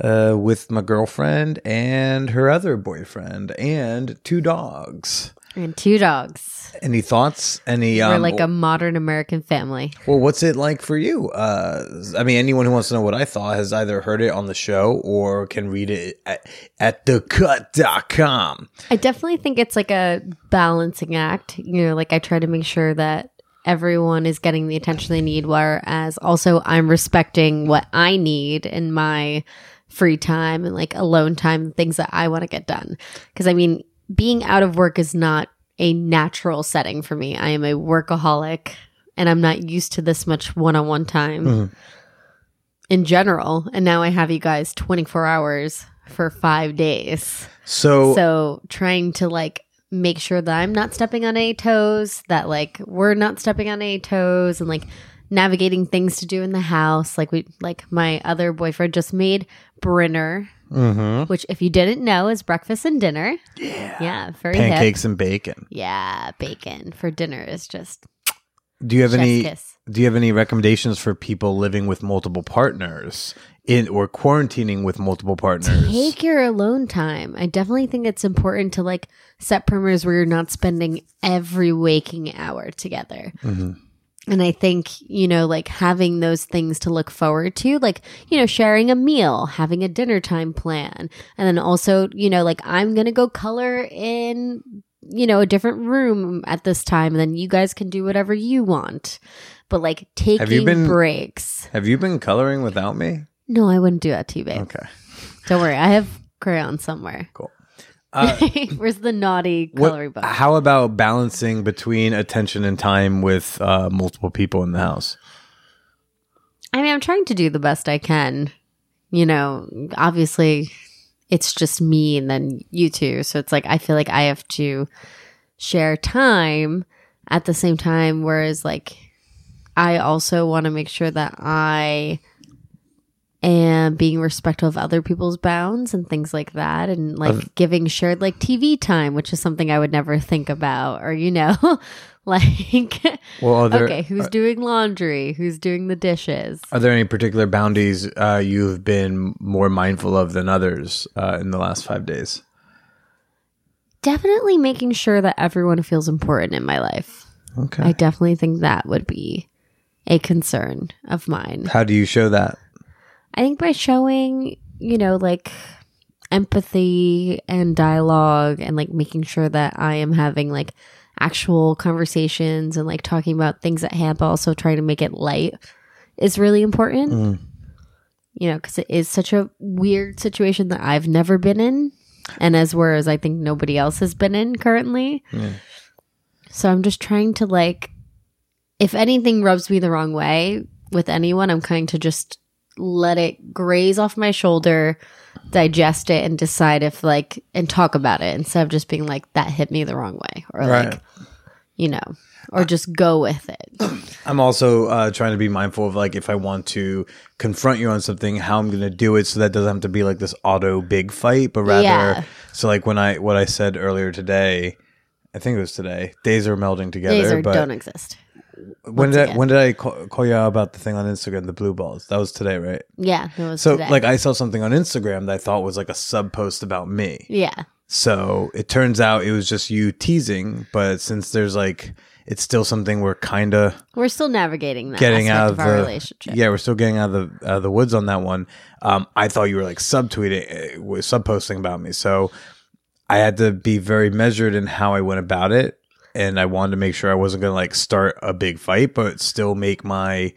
[SPEAKER 2] uh, with my girlfriend and her other boyfriend and two dogs.
[SPEAKER 1] And two dogs.
[SPEAKER 2] Any thoughts? Any um,
[SPEAKER 1] we're like a modern American family.
[SPEAKER 2] Well, what's it like for you? Uh, I mean, anyone who wants to know what I thought has either heard it on the show or can read it at, at thecut.com.
[SPEAKER 1] I definitely think it's like a balancing act. You know, like I try to make sure that everyone is getting the attention they need, whereas also I'm respecting what I need in my free time and like alone time, things that I want to get done. Because I mean, being out of work is not a natural setting for me. I am a workaholic and I'm not used to this much one on one time
[SPEAKER 2] Mhm.
[SPEAKER 1] in general. And now I have you guys 24 hours for five days.
[SPEAKER 2] So,
[SPEAKER 1] So trying to like make sure that I'm not stepping on any toes, that like we're not stepping on any toes and like navigating things to do in the house. Like we like my other boyfriend just made Brinner,
[SPEAKER 2] Mhm.
[SPEAKER 1] which if you didn't know is breakfast and dinner. Yeah. Yeah. Very hip.
[SPEAKER 2] pancakes and bacon.
[SPEAKER 1] Yeah, bacon for dinner is just
[SPEAKER 2] Do you have
[SPEAKER 1] chef's
[SPEAKER 2] any
[SPEAKER 1] kiss.
[SPEAKER 2] Do you have any recommendations for people living with multiple partners in or quarantining with multiple partners?
[SPEAKER 1] Take your alone time. I definitely think it's important to like set primers where you're not spending every waking hour together.
[SPEAKER 2] Mhm.
[SPEAKER 1] And I think, you know, like having those things to look forward to, like, you know, sharing a meal, having a dinner time plan. And then also, you know, like I'm going to go color in, you know, a different room at this time. And then you guys can do whatever you want. But like taking
[SPEAKER 2] been-
[SPEAKER 1] breaks.
[SPEAKER 2] Have you been coloring without me?
[SPEAKER 1] No, I wouldn't do that to you, babe.
[SPEAKER 2] Okay.
[SPEAKER 1] Don't worry. I have crayons somewhere.
[SPEAKER 2] Uh,
[SPEAKER 1] Where's the naughty
[SPEAKER 2] what-
[SPEAKER 1] coloring book?
[SPEAKER 2] how about balancing between attention and time with uh, multiple people in the house?
[SPEAKER 1] I mean, I'm trying to do the best I can. You know, obviously, it's just me and then you two. So it's like, I feel like I have to share time at the same time. Whereas, like, I also want to make sure that I am being respectful of other people's bounds and things like that. And like
[SPEAKER 2] Of-
[SPEAKER 1] giving shared, like, TV time, which is something I would never think about. Or, you know, like,
[SPEAKER 2] Well, are there,
[SPEAKER 1] okay, who's doing laundry? Who's doing the dishes?
[SPEAKER 2] are there any particular boundaries uh, you've been more mindful of than others uh, in the last five days?
[SPEAKER 1] definitely making sure that everyone feels important in my life.
[SPEAKER 2] Okay.
[SPEAKER 1] I definitely think that would be a concern of mine.
[SPEAKER 2] How do you show that?
[SPEAKER 1] I think by showing, you know, like empathy and dialogue and like making sure that I am having like actual conversations and like talking about things at hand, but also trying to make it light is really important.
[SPEAKER 2] Mm.
[SPEAKER 1] You know, because it is such a weird situation that I've never been in. And as whereas I think nobody else has been in currently.
[SPEAKER 2] Yeah.
[SPEAKER 1] So I'm just trying to like, if anything rubs me the wrong way with anyone, I'm trying to just let it graze off my shoulder, digest it, and decide if like, and talk about it instead of just being like, that hit me the wrong way or like,
[SPEAKER 2] Right.
[SPEAKER 1] you know, or just go with it.
[SPEAKER 2] I'm also uh, trying to be mindful of like if I want to confront you on something, how I'm going to do it, so that doesn't have to be like this auto big fight, but rather,
[SPEAKER 1] Yeah.
[SPEAKER 2] so like when I what I said earlier today, I think it was today. Days are melding together,
[SPEAKER 1] Days are,
[SPEAKER 2] but
[SPEAKER 1] don't exist.
[SPEAKER 2] when did I,
[SPEAKER 1] again.
[SPEAKER 2] when did I call, call you out about the thing on Instagram, the blue balls? That was today, right?
[SPEAKER 1] Yeah. That was
[SPEAKER 2] So
[SPEAKER 1] today.
[SPEAKER 2] like I saw something on Instagram that I thought was like a sub post about me.
[SPEAKER 1] yeah.
[SPEAKER 2] So it turns out it was just you teasing, but since there's like it's still something we're kind of
[SPEAKER 1] We're still navigating that
[SPEAKER 2] getting out of
[SPEAKER 1] our
[SPEAKER 2] the
[SPEAKER 1] relationship.
[SPEAKER 2] yeah we're still getting out of the uh, the woods on that one. Um, I thought you were like subtweeting, uh, was subposting about me, so I had to be very measured in how I went about it, and I wanted to make sure I wasn't going to like start a big fight, but still make my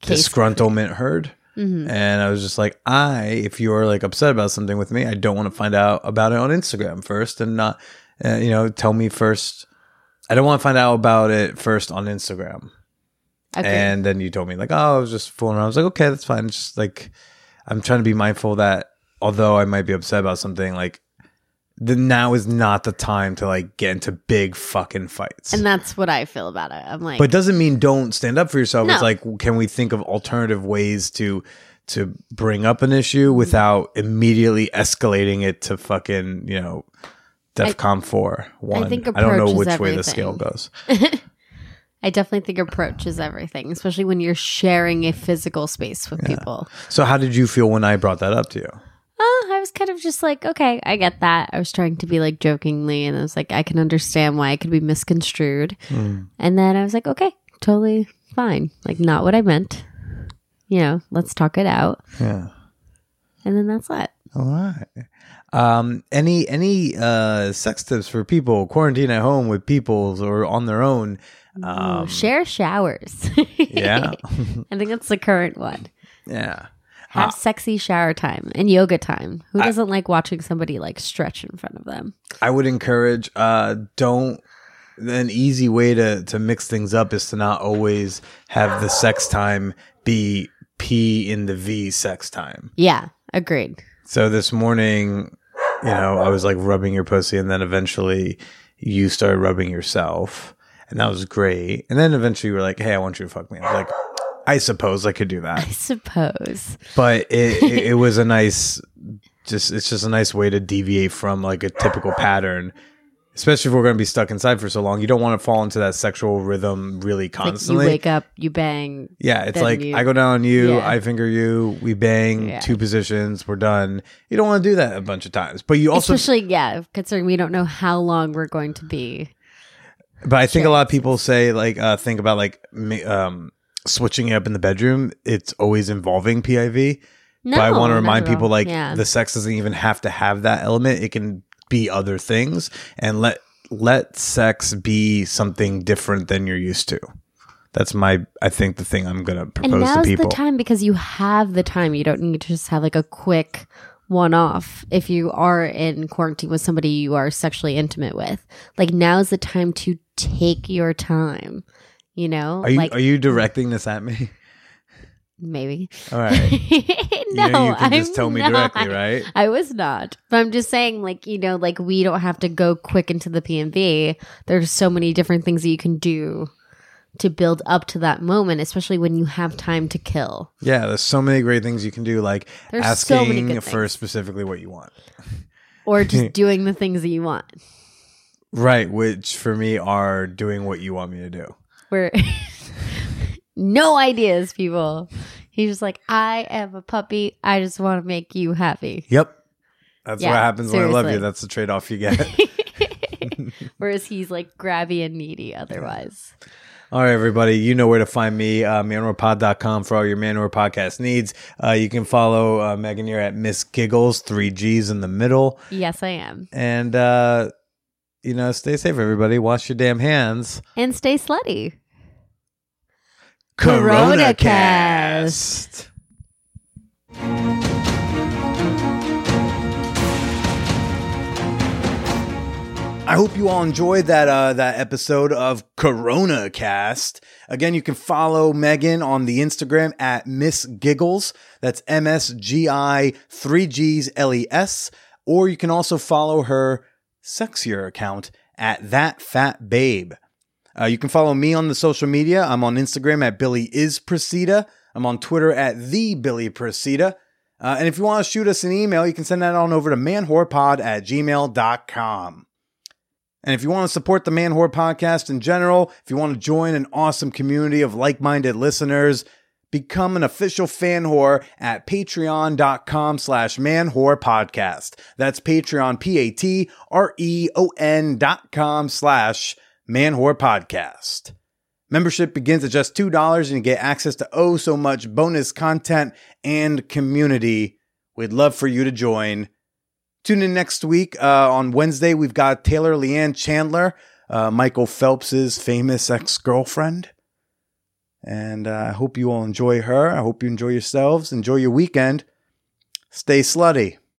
[SPEAKER 1] Case-
[SPEAKER 2] disgruntlement heard.
[SPEAKER 1] Mhm.
[SPEAKER 2] And I was just like, I, if you're like upset about something with me, I don't want to find out about it on Instagram first and not, uh, you know, tell me first. I don't want to find out about it first on Instagram.
[SPEAKER 1] Agreed.
[SPEAKER 2] And then you told me, like, oh, I was just fooling around. I was like, okay, that's fine. It's just like, I'm trying to be mindful that although I might be upset about something, like, the now is not the time to like get into big fucking fights.
[SPEAKER 1] and that's what I feel about it. I'm like,
[SPEAKER 2] But it doesn't mean don't stand up for yourself. It's
[SPEAKER 1] No.
[SPEAKER 2] like, can we think of alternative ways to to bring up an issue without immediately escalating it to fucking you know DefCon four one?
[SPEAKER 1] think
[SPEAKER 2] I don't know
[SPEAKER 1] approach is
[SPEAKER 2] which way the
[SPEAKER 1] everything.
[SPEAKER 2] scale goes.
[SPEAKER 1] I definitely think approach is everything, especially when you're sharing a physical space with people.
[SPEAKER 2] So, how did you feel when I brought that up to you?
[SPEAKER 1] Oh, I was kind of just like, okay, I get that. I was trying to be like jokingly, and I was like, I can understand why it could be misconstrued.
[SPEAKER 2] Hmm.
[SPEAKER 1] And then I was like, okay, totally fine. Like, not what I meant. You know, let's talk it out.
[SPEAKER 2] Yeah.
[SPEAKER 1] And then that's it.
[SPEAKER 2] All right. Um, any any uh, sex tips for people quarantine at home with peoples or on their own? Um,
[SPEAKER 1] Share showers.
[SPEAKER 2] yeah,
[SPEAKER 1] I think that's the current one.
[SPEAKER 2] yeah.
[SPEAKER 1] Have sexy shower time and yoga time. Who doesn't like watching somebody like stretch in front of them?
[SPEAKER 2] I would encourage uh don't an easy way to to mix things up is to not always have the sex time be P in the V sex time.
[SPEAKER 1] Yeah, agreed.
[SPEAKER 2] So this morning, you know, I was like rubbing your pussy and then eventually you started rubbing yourself and that was great. And then eventually you were like, "Hey, I want you to fuck me." I was like, "I suppose I could do that."
[SPEAKER 1] I suppose.
[SPEAKER 2] but it, it, it was a nice just it's just a nice way to deviate from like a typical pattern especially if we're going to be stuck inside for so long, you don't want to fall into that sexual rhythm really
[SPEAKER 1] Like you
[SPEAKER 2] constantly.
[SPEAKER 1] wake up, you bang.
[SPEAKER 2] yeah, it's
[SPEAKER 1] then
[SPEAKER 2] like
[SPEAKER 1] you-
[SPEAKER 2] I go down on you,
[SPEAKER 1] Yeah.
[SPEAKER 2] I finger you, we bang
[SPEAKER 1] Yeah.
[SPEAKER 2] two positions, we're done. You don't want to do that a bunch of times, but you also,
[SPEAKER 1] Especially, yeah, considering we don't know how long we're going to be.
[SPEAKER 2] but I think a lot of people say like uh, think about like ma- um, switching it up in the bedroom. It's always involving PIV.
[SPEAKER 1] No,
[SPEAKER 2] but I want to
[SPEAKER 1] not
[SPEAKER 2] remind
[SPEAKER 1] at all.
[SPEAKER 2] people like
[SPEAKER 1] yeah.
[SPEAKER 2] the sex doesn't even have to have that element. It can be other things and let let sex be something different than you're used to. That's my I think the thing I'm gonna
[SPEAKER 1] and
[SPEAKER 2] propose to
[SPEAKER 1] now's the
[SPEAKER 2] people.
[SPEAKER 1] time because you have the time. You don't need to just have like a quick one off if you are in quarantine with somebody you are sexually intimate with. Like now's the time to take your time. You know?
[SPEAKER 2] Are you
[SPEAKER 1] like
[SPEAKER 2] are you directing this at me?
[SPEAKER 1] maybe.
[SPEAKER 2] All right.
[SPEAKER 1] no,
[SPEAKER 2] you, know, you can just
[SPEAKER 1] I'm
[SPEAKER 2] tell me
[SPEAKER 1] not.
[SPEAKER 2] directly, right?
[SPEAKER 1] I was not. But I'm just saying, like, you know, like we don't have to go quick into the PMV. There's so many different things that you can do to build up to that moment, especially when you have time to kill.
[SPEAKER 2] Yeah, there's so many great things you can do, like
[SPEAKER 1] There's so many
[SPEAKER 2] asking
[SPEAKER 1] good
[SPEAKER 2] for
[SPEAKER 1] things.
[SPEAKER 2] specifically what you want.
[SPEAKER 1] Or just doing the things that you want.
[SPEAKER 2] Right, which for me are doing what you want me to do.
[SPEAKER 1] Where no ideas, people. He's just like, I am a puppy. I just want to make you happy.
[SPEAKER 2] Yep. That's
[SPEAKER 1] Yeah,
[SPEAKER 2] what happens when I love you.
[SPEAKER 1] seriously.
[SPEAKER 2] That's the trade off you get.
[SPEAKER 1] Whereas he's like grabby and needy otherwise.
[SPEAKER 2] All right, everybody, you know where to find me, uh, manwarpod.com for all your Manwar podcast needs. Uh, you can follow uh, Megan here at Miss Giggles, three G's in the middle.
[SPEAKER 1] Yes, I am.
[SPEAKER 2] And, uh, you know, stay safe, everybody. Wash your damn hands.
[SPEAKER 1] And stay slutty.
[SPEAKER 2] Corona
[SPEAKER 1] Corona
[SPEAKER 2] Cast.
[SPEAKER 1] Cast.
[SPEAKER 2] I hope you all enjoyed that uh, that episode of Corona Cast. Again, you can follow Megan on the Instagram at Miss Giggles. That's M S G I three G's L E S. Or you can also follow her sexier account at That Fat Babe. Uh, you can follow me on the social media. I'm on Instagram at Billy is Presida. I'm on Twitter at the Billy Presida. Uh, and if you want to shoot us an email, you can send that on over to manhorpod at gmail.com. And if you want to support the Man Whore podcast in general, if you want to join an awesome community of like minded listeners, become an official fan whore at patreon.com slash man whore podcast. That's patreon, P A T R E O N dot com slash man whore podcast. Membership begins at just $2 and you get access to oh so much bonus content and community. We'd love for you to join. Tune in next week. Uh, on Wednesday, we've got Taylor Leanne Chandler, uh, Michael Phelps's famous ex girlfriend. And uh, I hope you all enjoy her. I hope you enjoy yourselves. Enjoy your weekend. Stay slutty.